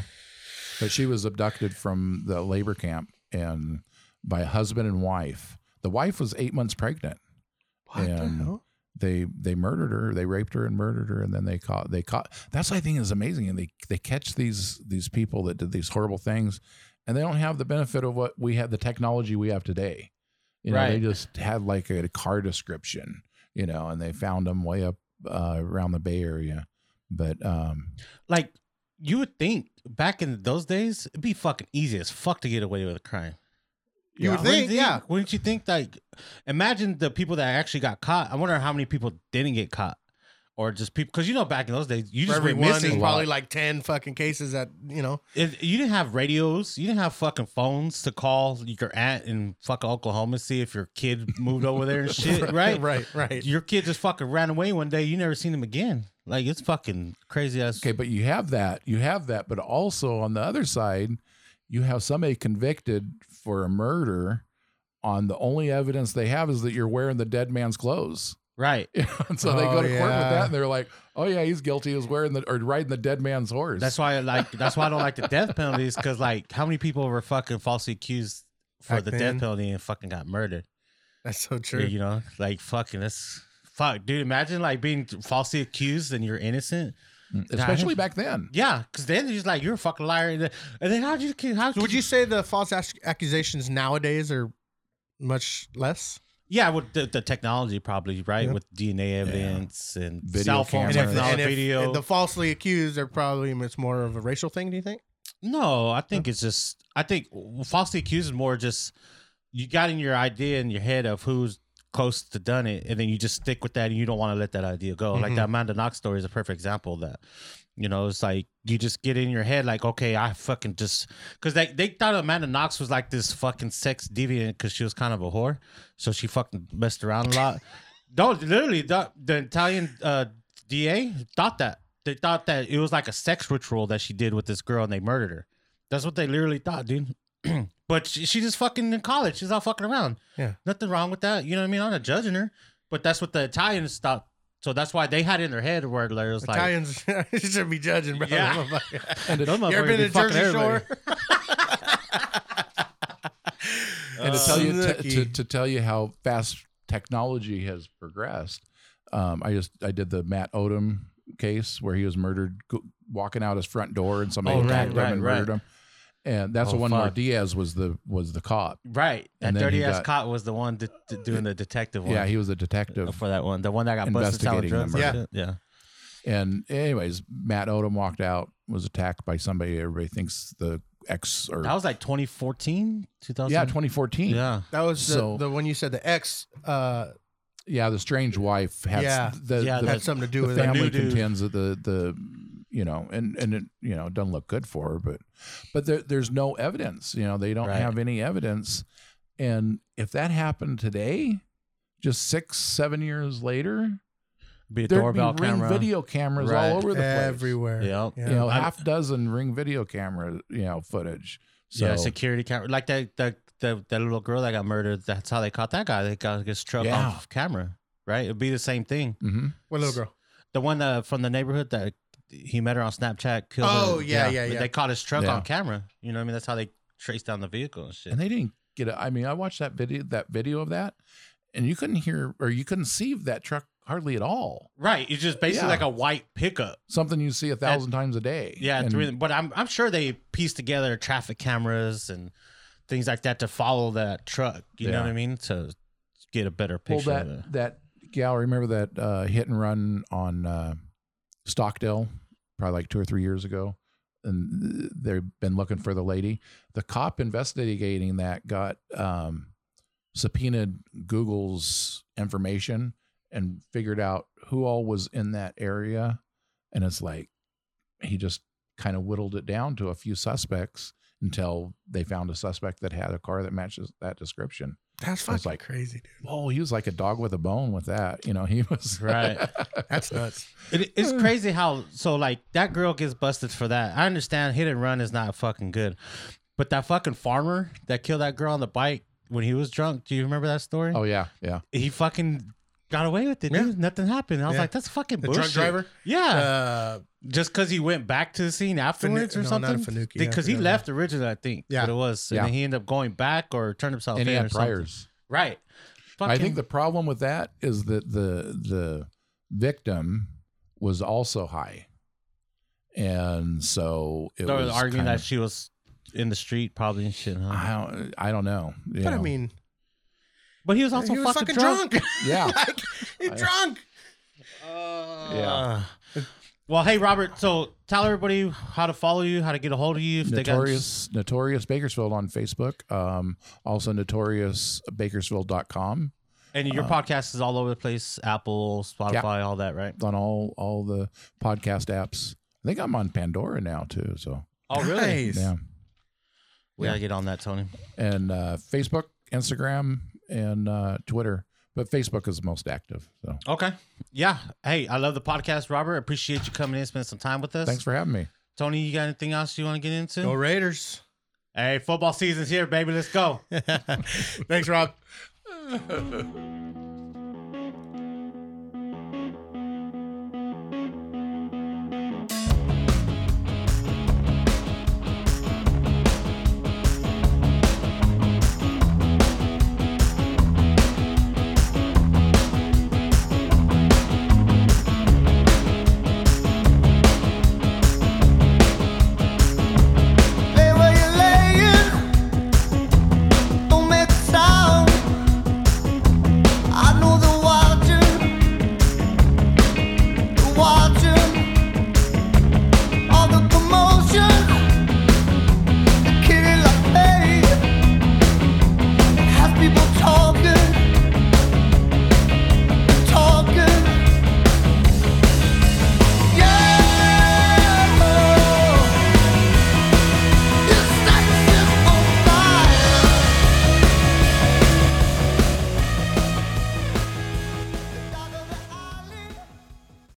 [SPEAKER 3] But she was abducted from the labor camp and by a husband and wife. The wife was eight months pregnant.
[SPEAKER 2] what the
[SPEAKER 3] And-
[SPEAKER 2] hell?
[SPEAKER 3] they they murdered her they raped her and murdered her and then they caught they caught that's what i think is amazing and they they catch these these people that did these horrible things and they don't have the benefit of what we have the technology we have today you know they
[SPEAKER 1] Right.
[SPEAKER 3] just had like a, car description you know and they found them way up uh, around the bay area but um
[SPEAKER 1] like you would think back in those days it'd be fucking easy as fuck to get away with a crime
[SPEAKER 2] You would
[SPEAKER 1] Wouldn't
[SPEAKER 2] think,
[SPEAKER 1] you-
[SPEAKER 2] yeah.
[SPEAKER 1] wouldn't you think like imagine the people that actually got caught i wonder how many people didn't get caught or just people because you know back in those days you
[SPEAKER 2] For
[SPEAKER 1] just were
[SPEAKER 2] every one, there's
[SPEAKER 1] missing
[SPEAKER 2] probably like 10 fucking cases that, you know,
[SPEAKER 1] If- you didn't have radios you didn't have fucking phones to call your aunt in fucking oklahoma see if your kid moved over there and shit right
[SPEAKER 2] right, right.
[SPEAKER 1] your kid just fucking ran away one day you never seen him again like it's fucking crazy ass
[SPEAKER 3] okay but you have that you have that but also on the other side you have somebody convicted for a murder on the only evidence they have is that you're wearing the dead man's clothes
[SPEAKER 1] right
[SPEAKER 3] Yeah, and so they
[SPEAKER 2] Oh,
[SPEAKER 3] go to court with
[SPEAKER 2] yeah.
[SPEAKER 3] that, and they're like, "Oh yeah, he's guilty. He was wearing the or riding the dead man's horse."
[SPEAKER 1] That's why I like that's why I don't like the death penalties because like how many people were fucking falsely accused for
[SPEAKER 2] Back
[SPEAKER 1] the
[SPEAKER 2] then.
[SPEAKER 1] death penalty and fucking got murdered?
[SPEAKER 2] That's so true.
[SPEAKER 1] You know, like fucking that's fuck, dude. Imagine like being falsely accused and you're innocent.
[SPEAKER 3] Mm. especially back then.
[SPEAKER 1] Yeah, because then you're just like you're a fucking liar, and then, and then how do you how
[SPEAKER 2] So would you say the false ac- accusations nowadays are much less?
[SPEAKER 1] Yeah, with the, the technology probably right
[SPEAKER 2] Yeah.
[SPEAKER 1] with DNA evidence and
[SPEAKER 3] Video
[SPEAKER 1] cell phone
[SPEAKER 3] cameras. And if-
[SPEAKER 1] technology,
[SPEAKER 2] and if-
[SPEAKER 1] video.
[SPEAKER 2] and the falsely accused are probably it's more of a racial thing. Do you think?
[SPEAKER 1] No, I think it's just I think falsely accused is more just you got in your idea in your head of who's close to done it, and then you just stick with that, and you don't want to let that idea go. Like
[SPEAKER 2] Mhm.
[SPEAKER 1] that Amanda Knox story is a perfect example of that. You know, it's like you just get in your head, like, okay, I fucking just because they they thought Amanda Knox was like this fucking sex deviant because she was kind of a whore, so she fucking messed around a lot. no, literally, the, the Italian uh, DA thought that they thought that it was like a sex ritual that she did with this girl and they murdered her. That's what they literally thought, dude. but she, she just fucking in college. She's all fucking around.
[SPEAKER 2] Yeah.
[SPEAKER 1] Nothing wrong with that. You know what I mean? I'm not judging her. But that's what the Italians thought. So that's why they had it in their head where it was like
[SPEAKER 2] Italians you should be judging, bro.
[SPEAKER 1] Yeah.
[SPEAKER 3] And it-
[SPEAKER 1] Those
[SPEAKER 2] you
[SPEAKER 1] motherfuckers
[SPEAKER 2] ever been
[SPEAKER 1] be
[SPEAKER 2] to
[SPEAKER 1] fucking
[SPEAKER 2] Jersey
[SPEAKER 1] everybody.
[SPEAKER 2] Shore?
[SPEAKER 3] and to
[SPEAKER 1] Uh,
[SPEAKER 3] tell you to, to,
[SPEAKER 2] Snooki.
[SPEAKER 3] to tell you how fast technology has progressed um, i just i did the matt odom case where he was murdered go, walking out his front door and somebody
[SPEAKER 1] Oh, right,
[SPEAKER 3] attacked him
[SPEAKER 1] right,
[SPEAKER 3] and
[SPEAKER 1] right.
[SPEAKER 3] murdered him and that's
[SPEAKER 1] Oh,
[SPEAKER 3] the one where
[SPEAKER 1] fuck.
[SPEAKER 3] diaz was the was the cop
[SPEAKER 1] Uh, Right. That
[SPEAKER 3] And then he
[SPEAKER 1] dirty ass
[SPEAKER 3] got-
[SPEAKER 1] cop was the one de- de- doing the detective one.
[SPEAKER 3] yeah he was a detective
[SPEAKER 1] for that one. The one that got busted selling
[SPEAKER 3] Investigating
[SPEAKER 1] drugs.
[SPEAKER 3] them,
[SPEAKER 1] and shit. Yeah.
[SPEAKER 3] and anyways matt odom walked out was attacked by somebody everybody thinks the ex or
[SPEAKER 1] That was like 2014, 2000.
[SPEAKER 3] yeah 2014
[SPEAKER 1] Yeah.
[SPEAKER 2] That was the,
[SPEAKER 3] So-
[SPEAKER 2] the one you said the ex uh,
[SPEAKER 3] Yeah, the strange wife has
[SPEAKER 2] Yeah.
[SPEAKER 3] the,
[SPEAKER 1] Yeah,
[SPEAKER 3] the
[SPEAKER 1] that's
[SPEAKER 2] had something to do
[SPEAKER 3] the
[SPEAKER 2] with it.
[SPEAKER 1] new
[SPEAKER 3] family
[SPEAKER 1] dude.
[SPEAKER 3] contends that the the you know and and it you know it doesn't look good for her but but there, there's no evidence you know they don't
[SPEAKER 1] Right.
[SPEAKER 3] have any evidence and if that happened today just six seven years later
[SPEAKER 1] Be a
[SPEAKER 3] there'd be
[SPEAKER 1] doorbell
[SPEAKER 3] ring
[SPEAKER 1] camera.
[SPEAKER 3] video cameras
[SPEAKER 1] Right.
[SPEAKER 3] all over the place
[SPEAKER 2] everywhere.
[SPEAKER 1] Yep.
[SPEAKER 2] Yeah.
[SPEAKER 3] you know
[SPEAKER 1] I'm-
[SPEAKER 3] half dozen ring video camera you know footage so
[SPEAKER 1] Yeah, security camera. Like that, that, that, that little girl that got murdered. That's how they caught that guy. They got gets struck
[SPEAKER 3] Yeah.
[SPEAKER 1] off camera. Right. It'd be the same thing.
[SPEAKER 3] mhm.
[SPEAKER 2] What little girl?
[SPEAKER 1] The one uh, from the neighborhood that he met her on Snapchat. Killed
[SPEAKER 2] Oh,
[SPEAKER 1] her.
[SPEAKER 2] yeah, yeah, yeah.
[SPEAKER 1] They caught his truck
[SPEAKER 3] Yeah.
[SPEAKER 1] on camera. You know what I mean? That's how they traced down the vehicle and shit.
[SPEAKER 3] and they didn't get it. I mean, I watched that video, that video of that, and you couldn't hear or you couldn't see that truck hardly at all.
[SPEAKER 1] right. It's just basically
[SPEAKER 3] Yeah.
[SPEAKER 1] like a white pickup.
[SPEAKER 3] Something you see a thousand times a day.
[SPEAKER 1] Yeah,
[SPEAKER 3] and,
[SPEAKER 1] through, but I'm I'm sure they pieced together traffic cameras and things like that to follow that truck. You know
[SPEAKER 3] Yeah.
[SPEAKER 1] what I mean? To get a better
[SPEAKER 3] well,
[SPEAKER 1] picture of it.
[SPEAKER 3] that that gal. Remember that uh, hit and run on uh, Stockdale, probably like two or three years ago, and they've been looking for the lady. The cop investigating that got um, subpoenaed Google's information and figured out who all was in that area, and it's like he just kind of whittled it down to a few suspects until they found a suspect that had a car that matches that description.
[SPEAKER 2] That's
[SPEAKER 3] I was
[SPEAKER 2] fucking
[SPEAKER 3] like-
[SPEAKER 2] crazy, dude.
[SPEAKER 3] Oh, he was like a dog with a bone with that. You know, he was
[SPEAKER 1] Right.
[SPEAKER 2] That's nuts.
[SPEAKER 1] It, it's
[SPEAKER 3] Uh.
[SPEAKER 1] crazy how so like that girl gets busted for that. I understand hit and run is not fucking good, but that fucking farmer that killed that girl on the bike when he was drunk. Do you remember that story?
[SPEAKER 3] oh yeah, yeah.
[SPEAKER 1] He fucking got away with it.
[SPEAKER 2] Yeah.
[SPEAKER 1] Dude. Nothing happened. I was
[SPEAKER 2] Yeah.
[SPEAKER 1] like, that's fucking
[SPEAKER 2] The
[SPEAKER 1] bullshit.
[SPEAKER 2] drunk driver.
[SPEAKER 1] Yeah.
[SPEAKER 2] Uh,
[SPEAKER 1] just because he went back to the scene afterwards or
[SPEAKER 2] no, not
[SPEAKER 1] something.
[SPEAKER 2] Finucane, yeah,
[SPEAKER 1] Because he
[SPEAKER 2] Finucane.
[SPEAKER 1] left originally, I think.
[SPEAKER 2] Yeah.
[SPEAKER 1] what it was, and
[SPEAKER 3] Yeah.
[SPEAKER 1] then he ended up going back or turned himself
[SPEAKER 3] And
[SPEAKER 1] in
[SPEAKER 3] he
[SPEAKER 1] or
[SPEAKER 3] had
[SPEAKER 1] something.
[SPEAKER 3] priors.
[SPEAKER 1] Right.
[SPEAKER 3] I
[SPEAKER 1] Fucking-
[SPEAKER 3] think the problem with that is that the the victim was also high, and so it
[SPEAKER 1] they were
[SPEAKER 3] was
[SPEAKER 1] arguing
[SPEAKER 3] kind
[SPEAKER 1] that
[SPEAKER 3] of-
[SPEAKER 1] she was in the street probably and shit. Huh?
[SPEAKER 3] I don't, I don't know. you
[SPEAKER 2] but I
[SPEAKER 3] know.
[SPEAKER 2] mean,
[SPEAKER 1] But he was also
[SPEAKER 2] he was
[SPEAKER 1] fucking,
[SPEAKER 2] fucking
[SPEAKER 1] drunk.
[SPEAKER 2] drunk.
[SPEAKER 3] yeah,
[SPEAKER 2] like, he's
[SPEAKER 3] I-
[SPEAKER 2] drunk.
[SPEAKER 1] Uh,
[SPEAKER 3] yeah.
[SPEAKER 2] Uh,
[SPEAKER 1] Well, hey Robert, so tell everybody how to follow you, how to get a hold of you if
[SPEAKER 3] Notorious Notorious Bakersfield on Facebook. Um, also notoriousbakersfield.com.
[SPEAKER 1] they got and your
[SPEAKER 3] uh,
[SPEAKER 1] podcast is all over the place, Apple, Spotify, all that, right?
[SPEAKER 3] on all all the podcast apps. I think I'm on Pandora now too. So
[SPEAKER 1] Oh really?
[SPEAKER 2] Nice.
[SPEAKER 3] yeah,
[SPEAKER 1] We gotta get on that, Tony.
[SPEAKER 3] and uh, Facebook, Instagram, and uh, Twitter. But Facebook is the most active. So
[SPEAKER 1] Okay. Yeah. Hey, I love the podcast, Robert. Appreciate you coming in, spending some time with us.
[SPEAKER 3] thanks for having me.
[SPEAKER 1] Tony, you got anything else you want to get into?
[SPEAKER 2] Go Raiders.
[SPEAKER 1] Hey, football season's here, baby. Let's go.
[SPEAKER 2] Thanks, Rob.